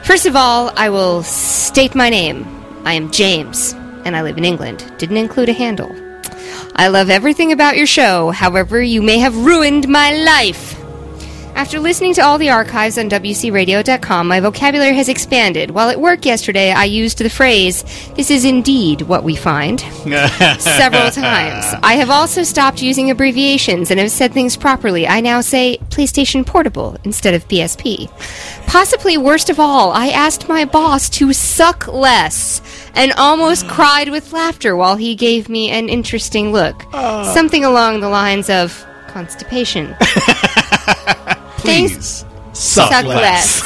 F: First of all, I will state my name. I am James, and I live in England. Didn't include a handle. I love everything about your show. However, you may have ruined my life. After listening to all the archives on WCRadio.com, my vocabulary has expanded. While at work yesterday, I used the phrase, This is indeed what we find, several times. I have also stopped using abbreviations and have said things properly. I now say PlayStation Portable instead of PSP. Possibly worst of all, I asked my boss to suck less and almost cried with laughter while he gave me an interesting look.
D: Ah.
F: Something along the lines of constipation. Please
D: suck less.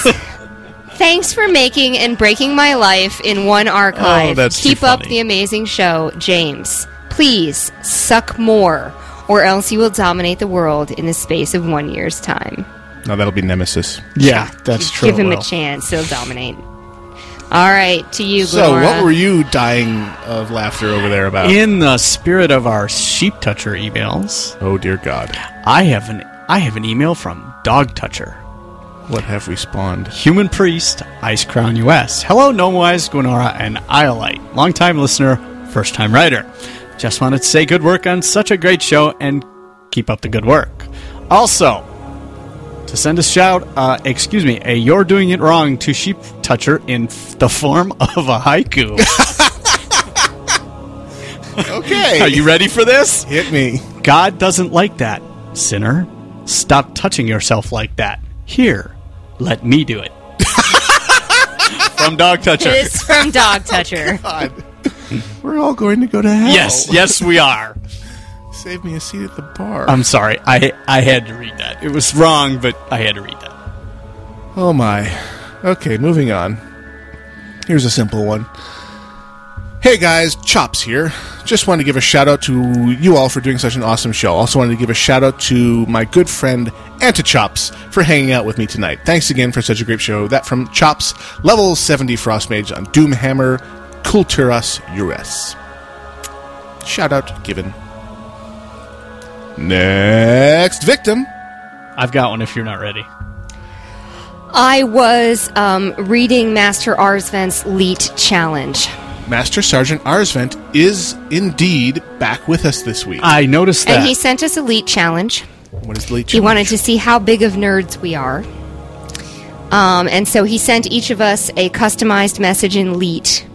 F: Thanks for making and breaking my life in one archive.
D: Oh, that's too
F: Keep up
D: funny.
F: the amazing show, James. Please suck more, or else you will dominate the world in the space of one year's time.
A: Now that'll be Nemesis.
E: Yeah, that's
A: true.
F: Give him a chance; he'll dominate. All right, to you,
A: So,
F: Glenora.
A: what were you dying of laughter over there about?
E: In the spirit of our sheep toucher emails.
A: Oh dear God!
E: I have an I have an email from Dog Toucher.
A: What have we spawned?
E: Human Priest, Ice Crown US. Hello, Gnomewise, Gwenora, and Iolite. Longtime listener, first time writer. Just wanted to say good work on such a great show and keep up the good work. Also, to send a shout, uh, excuse me, a You're Doing It Wrong to Sheep Toucher in f- the form of a haiku.
A: okay.
E: Are you ready for this?
A: Hit me.
E: God doesn't like that. Sinner, stop touching yourself like that. Here, let me do it. From Dog Toucher.
F: It is from Dog Toucher.
A: We're all going to go to hell.
E: Yes, yes, we are.
A: Save me a seat at the bar.
E: I'm sorry. I I had to read that. It was wrong, but I had to read that.
A: Oh my. Okay, moving on. Here's a simple one. Hey guys, Chops here. Just wanted to give a shout out to you all for doing such an awesome show. Also wanted to give a shout out to my good friend Antichops for hanging out with me tonight. Thanks again for such a great show. That from Chops, level 70 Frostmage on Doomhammer, Kulturas Ures. Shout out given. Next victim.
E: I've got one if you're not ready.
F: I was um, reading Master Arsvent's Leet Challenge.
A: Master Sergeant Arsvent is indeed back with us this week.
F: Uh,
E: I noticed
F: And he sent us a Leet Challenge.
A: what is the lead
F: He wanted to see how big of nerds we are. Um, and so he sent each of us a customized message in Leet.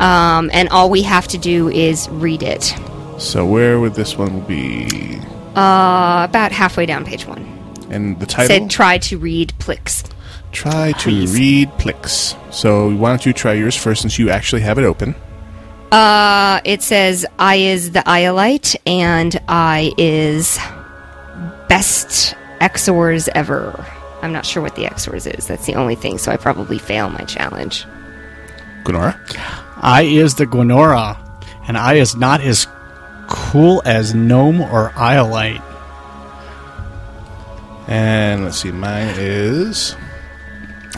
F: Um, and all we have to do is read it.
A: So where would this one be?
F: Uh, about halfway down page one.
A: And the title?
F: Said try to read Plix.
A: try to read Plix. So why don't you try yours first since you actually have it open?
F: Uh, it says I is the Iolite and I is best Exors ever. I'm not sure what the Exors is. That's the only thing, so I probably fail my challenge.
A: Gunora?
E: I is the Gwenora, and I is not as cool as Gnome or Iolite.
A: And let's see, mine is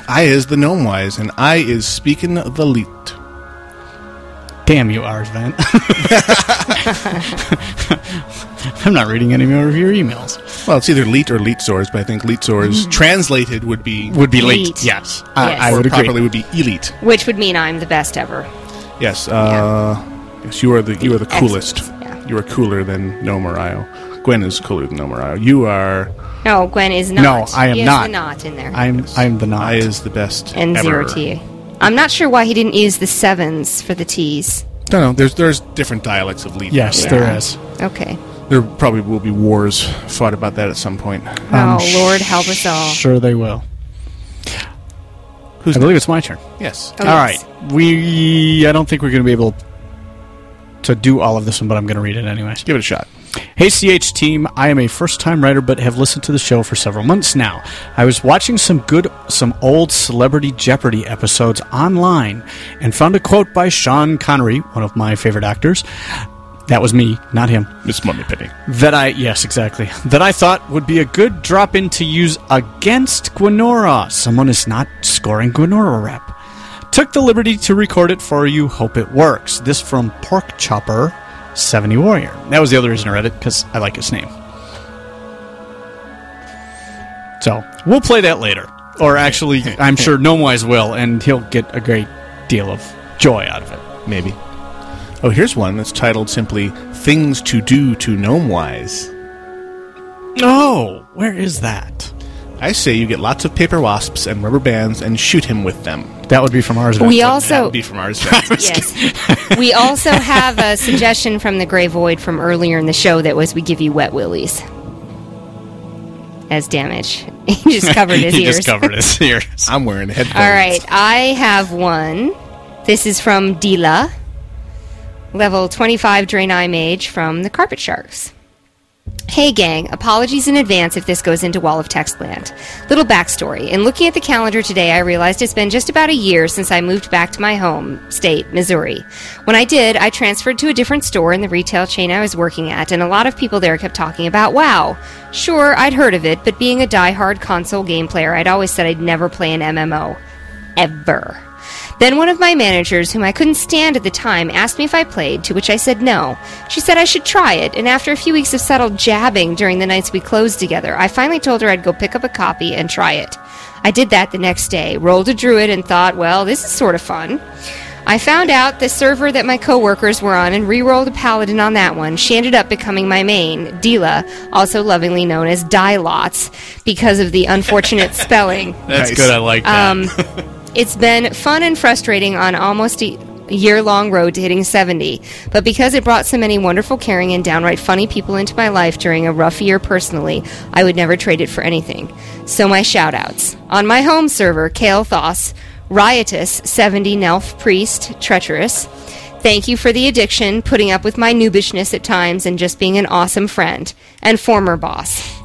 A: I is the gnome wise, and I is speaking the leet.
E: Damn you, Arsvent. I'm not reading any more of your emails.
A: Well, it's either leet or leet sores, but I think leet sores
F: Mhm.
A: translated would be
E: Would be
F: Leet.
E: late. Yes.
F: Yes.
E: I, I
A: or
E: would
A: properly
E: agree.
A: would be elite.
F: Which would mean I'm the best ever.
A: Yes. Uh, Yes, you are the you are the coolest.
F: excellence,
A: You are cooler than No Mario. Gwen is cooler than No Mario. You are.
F: No, Gwen is not.
A: No, I am
F: He has
A: not.
F: The not in there.
E: I'm I'm the not.
A: I is the best.
F: and
A: ever.
F: zero T. I'm not sure why he didn't use the sevens for the T's.
A: No, no. There's there's different dialects of lead.
E: Yes,
A: out
E: there is.
F: Okay.
A: There probably will be wars fought about that at some point.
F: Oh Lord, help us all.
E: Sure, they will.
A: Who's
E: I believe it's my turn.
A: Yes.
F: Oh,
E: all
F: yes.
E: right. We. I don't think we're going to be able to do all of this one, but I'm going to read it anyways.
A: Give it a shot.
E: Hey, CH team, I am a first time writer but have listened to the show for several months now. I was watching some good, some old Celebrity Jeopardy episodes online and found a quote by Sean Connery, one of my favorite actors. That was me, not him.
A: Miss Mummy Penny.
E: That I, yes, exactly. That I thought would be a good drop in to use against Gwenora. Someone is not scoring Gwenora rep. Took the liberty to record it for you. Hope it works. This from Pork Chopper 70 Warrior. That was the other reason I read it, because I like his name. So, we'll play that later. Or actually, I'm sure Gnomewise will, and he'll get a great deal of joy out of it.
A: Maybe. Oh, here's one that's titled simply Things to Do to Gnome Wise.
E: Oh, where is that?
A: I say you get lots of paper wasps and rubber bands and shoot him with them.
E: That would be from ours.
F: We
E: Vincent.
F: also-
A: That would be from ours.
F: Yes. we also have a suggestion from the Grey Void from earlier in the show that was we give you wet willies as damage. he just covered his
E: he
F: ears.
E: just covered his ears.
A: I'm wearing headphones.
F: All right, I have one. This is from Dila, level 25 Draenei Mage from the Carpet Sharks. Hey gang, apologies in advance if this goes into Wall of Text land. Little backstory. In looking at the calendar today, I realized it's been just about a year since I moved back to my home state, Missouri. When I did, I transferred to a different store in the retail chain I was working at, and a lot of people there kept talking about WoW. Sure, I'd heard of it, but being a die-hard console game player, I'd always said I'd never play an MMO. Ever. Then one of my managers, whom I couldn't stand at the time, asked me if I played, to which I said no. She said I should try it, and after a few weeks of settled jabbing during the nights we closed together, I finally told her I'd go pick up a copy and try it. I did that the next day, rolled a druid, and thought, well, this is sort of fun. I found out the server that my coworkers were on and re-rolled a paladin on that one. She ended up becoming my main, Dila, also lovingly known as Dilots, because of the unfortunate spelling.
E: That's good. I like that.
F: Um, it's been fun and frustrating on almost a year long road to hitting 70, but because it brought so many wonderful, caring, and downright funny people into my life during a rough year personally, I would never trade it for anything. So, my shout outs. On my home server, Kale Thos, Riotous, 70 Nelf Priest, Treacherous, Thank you for the addiction, putting up with my noobishness at times, and just being an awesome friend and former boss.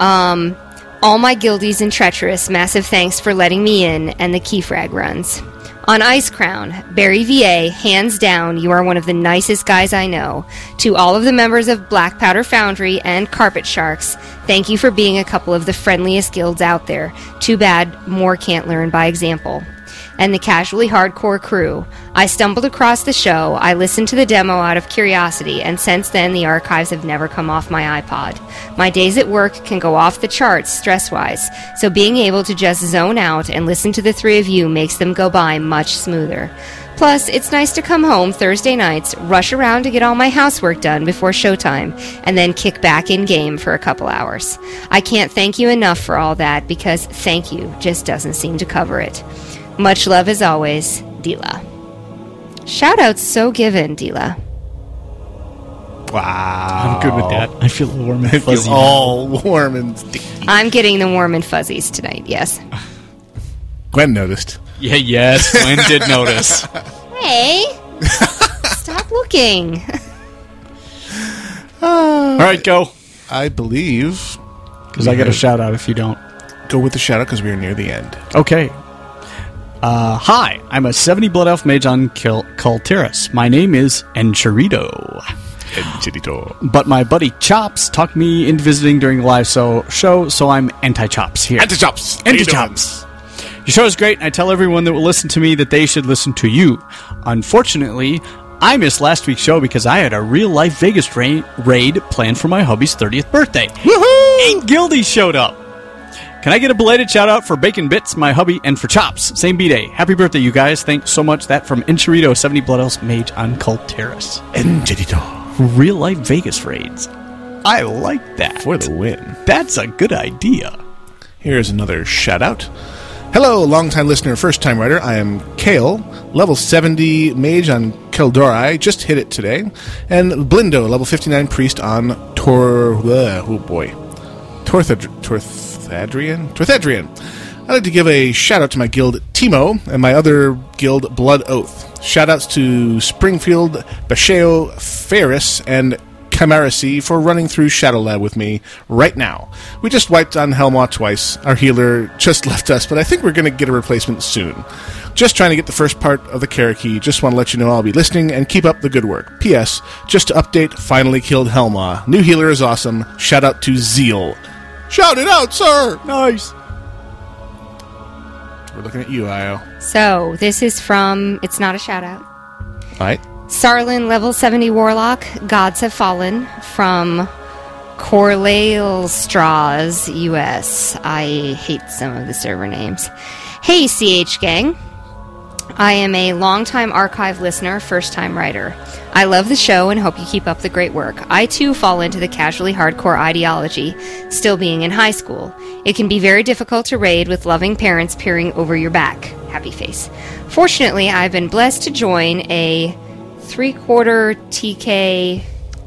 F: Um, all my guildies and treacherous, massive thanks for letting me in and the key frag runs. On Ice Crown, Barry VA, hands down, you are one of the nicest guys I know. To all of the members of Black Powder Foundry and Carpet Sharks, thank you for being a couple of the friendliest guilds out there. Too bad more can't learn by example and the casually hardcore crew. I stumbled across the show, I listened to the demo out of curiosity, and since then the archives have never come off my iPod. My days at work can go off the charts stress wise, so being able to just zone out and listen to the three of you makes them go by much smoother. Plus, it's nice to come home Thursday nights, rush around to get all my housework done before showtime, and then kick back in game for a couple hours. I can't thank you enough for all that because thank you just doesn't seem to cover it. Much love as always, Dila. Shout out so given, Dila.
A: Wow.
E: I'm good with that. I feel warm and
A: I feel
E: fuzzy. now.
A: all warm and sticky.
F: I'm getting the warm and fuzzies tonight, yes.
A: Gwen noticed.
E: Yeah, yes, Gwen did notice.
F: Hey! Stop looking.
E: All right, go.
A: I believe.
E: Because I get a shout out if you don't.
A: Go with the shout out because we are near the end.
E: Okay. Uh, hi, I'm a 70 Blood Elf Mage on Kil- Kalteris. My name is Enchirito.
A: Enchirito.
E: But my buddy Chops talked me into visiting during the live so- show, so I'm anti Chops here.
A: Anti Chops!
E: Anti Chops! Your show is great, and I tell everyone that will listen to me that they should listen to you. Unfortunately, I missed last week's show because I had a real life Vegas ra- raid planned for my hubby's 30th birthday. Woohoo! Ain't Gildy showed up! Can I get a belated shout out for Bacon Bits, my hubby, and for Chops? Same B Day. Happy birthday, you guys. Thanks so much. That from Enchirito, 70 Blood Elves Mage on Cult Terrace. Enchirito. Real life Vegas raids. I like that.
A: For the win.
E: That's a good idea.
A: Here's another shout out. Hello, longtime listener, first time writer. I am Kale, level 70 mage on Keldori. Just hit it today. And Blindo, level 59 priest on Tor. uh, oh boy. Torthad- Torthadrian? Torthadrian. I'd like to give a shout out to my guild Timo and my other guild Blood Oath. Shout outs to Springfield, Basheo, Ferris, and Camarasi for running through Shadowlab with me right now. We just wiped on Helmot twice. Our healer just left us, but I think we're going to get a replacement soon. Just trying to get the first part of the Karakee. Just want to let you know I'll be listening and keep up the good work. P.S. Just to update, finally killed Helma. New healer is awesome. Shout out to Zeal. Shout it out, sir! Nice! We're looking at you, Io.
F: So this is from. It's not a shout out.
A: All right.
F: Sarlin level 70 warlock, Gods Have Fallen from Corlale Straws US. I hate some of the server names. Hey CH gang. I am a longtime archive listener, first time writer. I love the show and hope you keep up the great work. I too fall into the casually hardcore ideology, still being in high school. It can be very difficult to raid with loving parents peering over your back. Happy face. Fortunately, I've been blessed to join a three quarter TK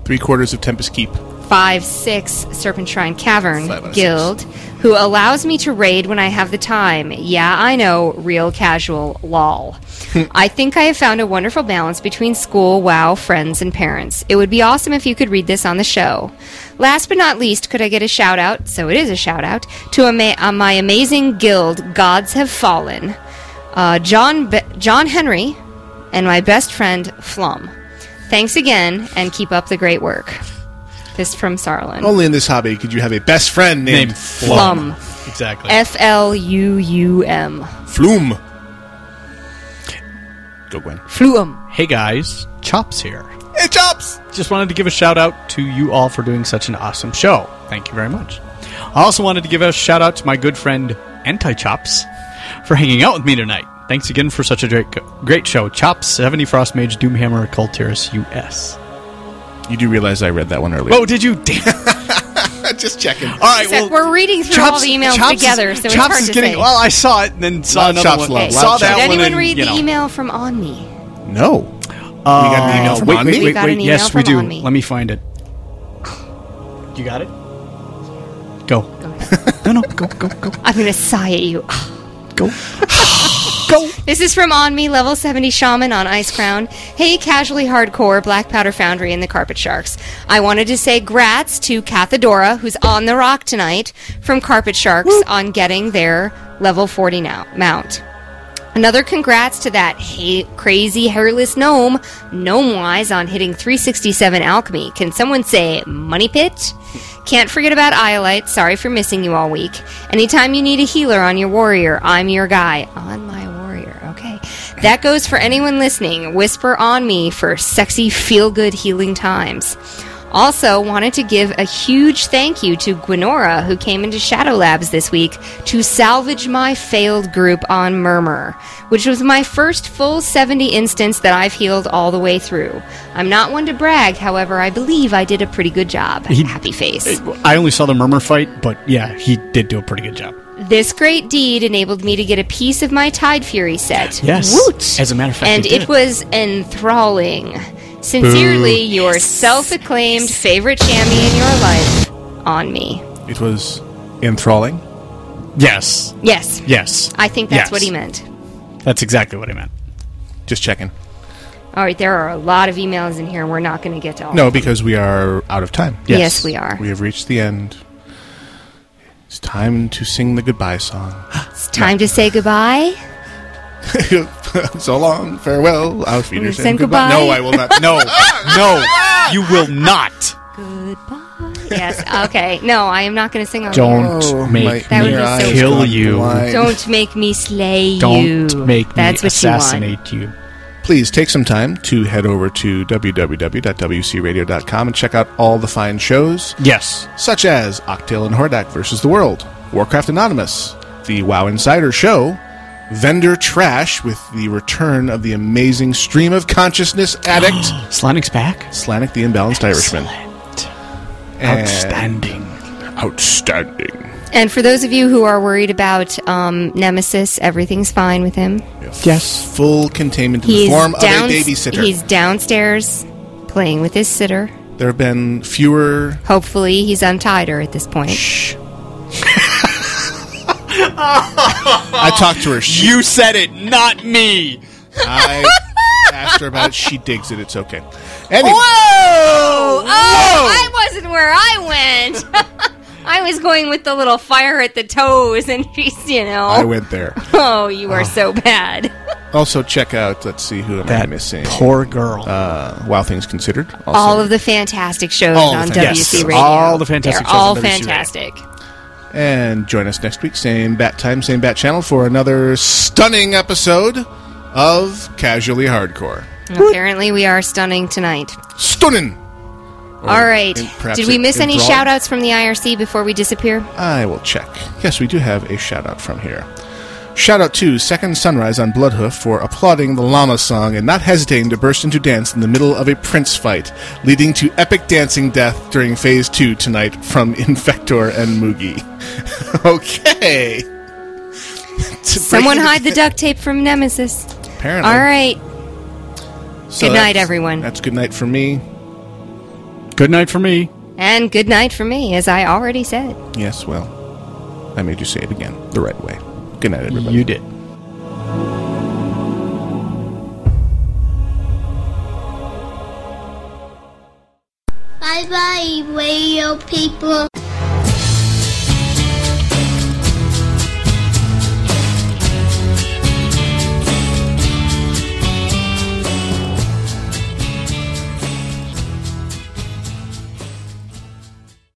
A: Three quarters of Tempest Keep.
F: 5 6 Serpent Shrine Cavern
A: Five out of
F: Guild, who allows me to raid when I have the time. Yeah, I know, real casual, lol. I think I have found a wonderful balance between school, wow, friends, and parents. It would be awesome if you could read this on the show. Last but not least, could I get a shout out? So it is a shout out to ama- uh, my amazing guild, Gods Have Fallen, uh, John, Be- John Henry, and my best friend, Flum. Thanks again, and keep up the great work. This from Sarlin.
E: Oh.
A: Only in this hobby could you have a best friend named,
E: Named
F: Flum.
E: Exactly.
F: F L U U M.
A: Flume. Go, Gwen.
F: Fluum.
E: Hey guys, Chops here.
A: Hey, Chops!
E: Just wanted to give a shout out to you all for doing such an awesome show. Thank you very much. I also wanted to give a shout out to my good friend Anti Chops for hanging out with me tonight. Thanks again for such a great, great show. Chops, 70 Frost Mage, Doomhammer, Occultist US.
A: You do realize I read that one earlier.
E: Oh, did you? Damn.
A: Just checking. All
E: right,
F: Except
E: well,
F: we're reading through all the emails
E: Chops is-
F: together, so it's
E: Chops
F: hard
E: is
F: to
E: getting.
F: say.
E: Well, I saw it and then saw
A: Love
E: another
A: Chops
E: one.
A: love.
F: Okay.
E: Saw that
F: Did
E: one.
F: anyone
E: and,
F: read
E: you
F: the
E: know.
F: email from On Me?
A: No.
E: Uh,
A: got an email from
E: wait,
A: On
E: wait,
A: Me?
E: wait,
F: Oh, got
E: wait.
F: an email
E: Yes, we
F: from
E: do.
F: On Me.
E: Let me find it. You got it? Go. no, no, go, go, go.
F: I'm going to sigh at you.
E: Go.
F: Go. This is from On Me, level 70 shaman on Ice Crown. Hey, casually hardcore, Black Powder Foundry, and the Carpet Sharks. I wanted to say grats to Cathedora, who's on the rock tonight, from Carpet Sharks on getting their level 40 now mount. Another congrats to that ha- crazy hairless gnome, Gnome Wise, on hitting 367 Alchemy. Can someone say Money Pit? Can't forget about Iolite. Sorry for missing you all week. Anytime you need a healer on your warrior, I'm your guy. On my warrior, okay. That goes for anyone listening. Whisper on me for sexy feel good healing times. Also, wanted to give a huge thank you to Gwenora, who came into Shadow Labs this week to salvage my failed group on Murmur, which was my first full 70 instance that I've healed all the way through. I'm not one to brag, however, I believe I did a pretty good job. Happy face.
E: I only saw the murmur fight, but yeah, he did do a pretty good job.
F: This great deed enabled me to get a piece of my Tide Fury set.
E: Yes.
F: Woot!
E: As a matter of fact,
F: and
E: he did.
F: it was enthralling. Sincerely, your self acclaimed favorite chamois in your life on me.
A: It was enthralling.
E: Yes.
F: Yes.
E: Yes.
F: I think that's
E: Yes.
F: what he meant.
E: That's exactly what I meant.
A: Just checking.
F: All right, there are a lot of emails in here. We're not going to get to all.
A: No, because we are out of time.
F: Yes. Yes, we are.
A: We have reached the end. It's time to sing the goodbye song.
F: It's time to say goodbye.
A: so long, farewell, auf Wiedersehen,
F: sing
A: goodbye.
F: goodbye.
A: No, I will not.
E: No, no, you will not.
F: Yes. Okay. No, I am not going to sing on
E: Don't
F: here.
E: make
F: That
E: me
F: would be so
E: kill
F: cool.
E: you.
F: Don't make me slay you.
E: Don't make me
F: That's what You want.
E: assassinate you.
A: Please take some time to head over to www.wcradio.com and check out all the fine shows.
E: Yes.
A: Such as Octale and Hordak versus the World, Warcraft Anonymous, The WoW Insider Show, Vendor Trash with the return of the amazing stream of consciousness addict.
E: Slanik's back.
A: Slanik the Imbalanced Irishman. And-
E: Outstanding.
A: Outstanding.
F: And for those of you who are worried about um, Nemesis, everything's fine with him.
E: Yes.
A: Full containment in
F: He's
A: the form
F: down-
A: of a babysitter.
F: He's downstairs playing with his sitter.
A: There have been fewer.
F: Hopefully, he's untied her at this point. Shh.
E: Oh.
A: I talked to her. She,
E: You said it, not me.
A: I asked her about it. She digs it. It's okay. Anyway.
F: Whoa! Oh, I wasn't where I went. I was going with the little fire at the toes, and she's, you know.
A: I went there.
F: Oh, you are
A: Oh.
F: so bad.
A: Also, check out. Let's see who am I
E: That
A: missing?
E: poor girl.
A: Uh, wow, things considered. Also,
F: all of the fantastic shows
A: All the
F: on
A: fantastic
F: WC
A: shows.
F: Radio.
A: All the fantastic
F: They're
A: shows on
F: all
A: WC Radio.
F: fantastic.
A: and join us next week, same bat time, same bat channel, for another stunning episode of Casually Hardcore.
F: Apparently, we are stunning tonight.
A: Stunning.
F: all right.
A: in- perhaps
F: Did we
A: in-
F: miss
A: in
F: any
A: broad-
F: shout outs from the IRC before we disappear?
A: I will check. Yes, we do have a shout out from here. Shout out to Second Sunrise on Bloodhoof for applauding the Llama song and not hesitating to burst into dance in the middle of a Prince fight, leading to epic dancing death during Phase 2 tonight from Infector and Moogie. okay.
F: Someone hide the duct tape from Nemesis.
A: Apparently.
F: All right.
A: So
F: good night,
A: that's-
F: everyone.
A: That's good night for me.
E: Good night for me.
F: And good night for me, as I already said.
A: Yes, well, I made you say it again the right way. Good night, everybody. You
E: did.
T: Bye bye, radio people.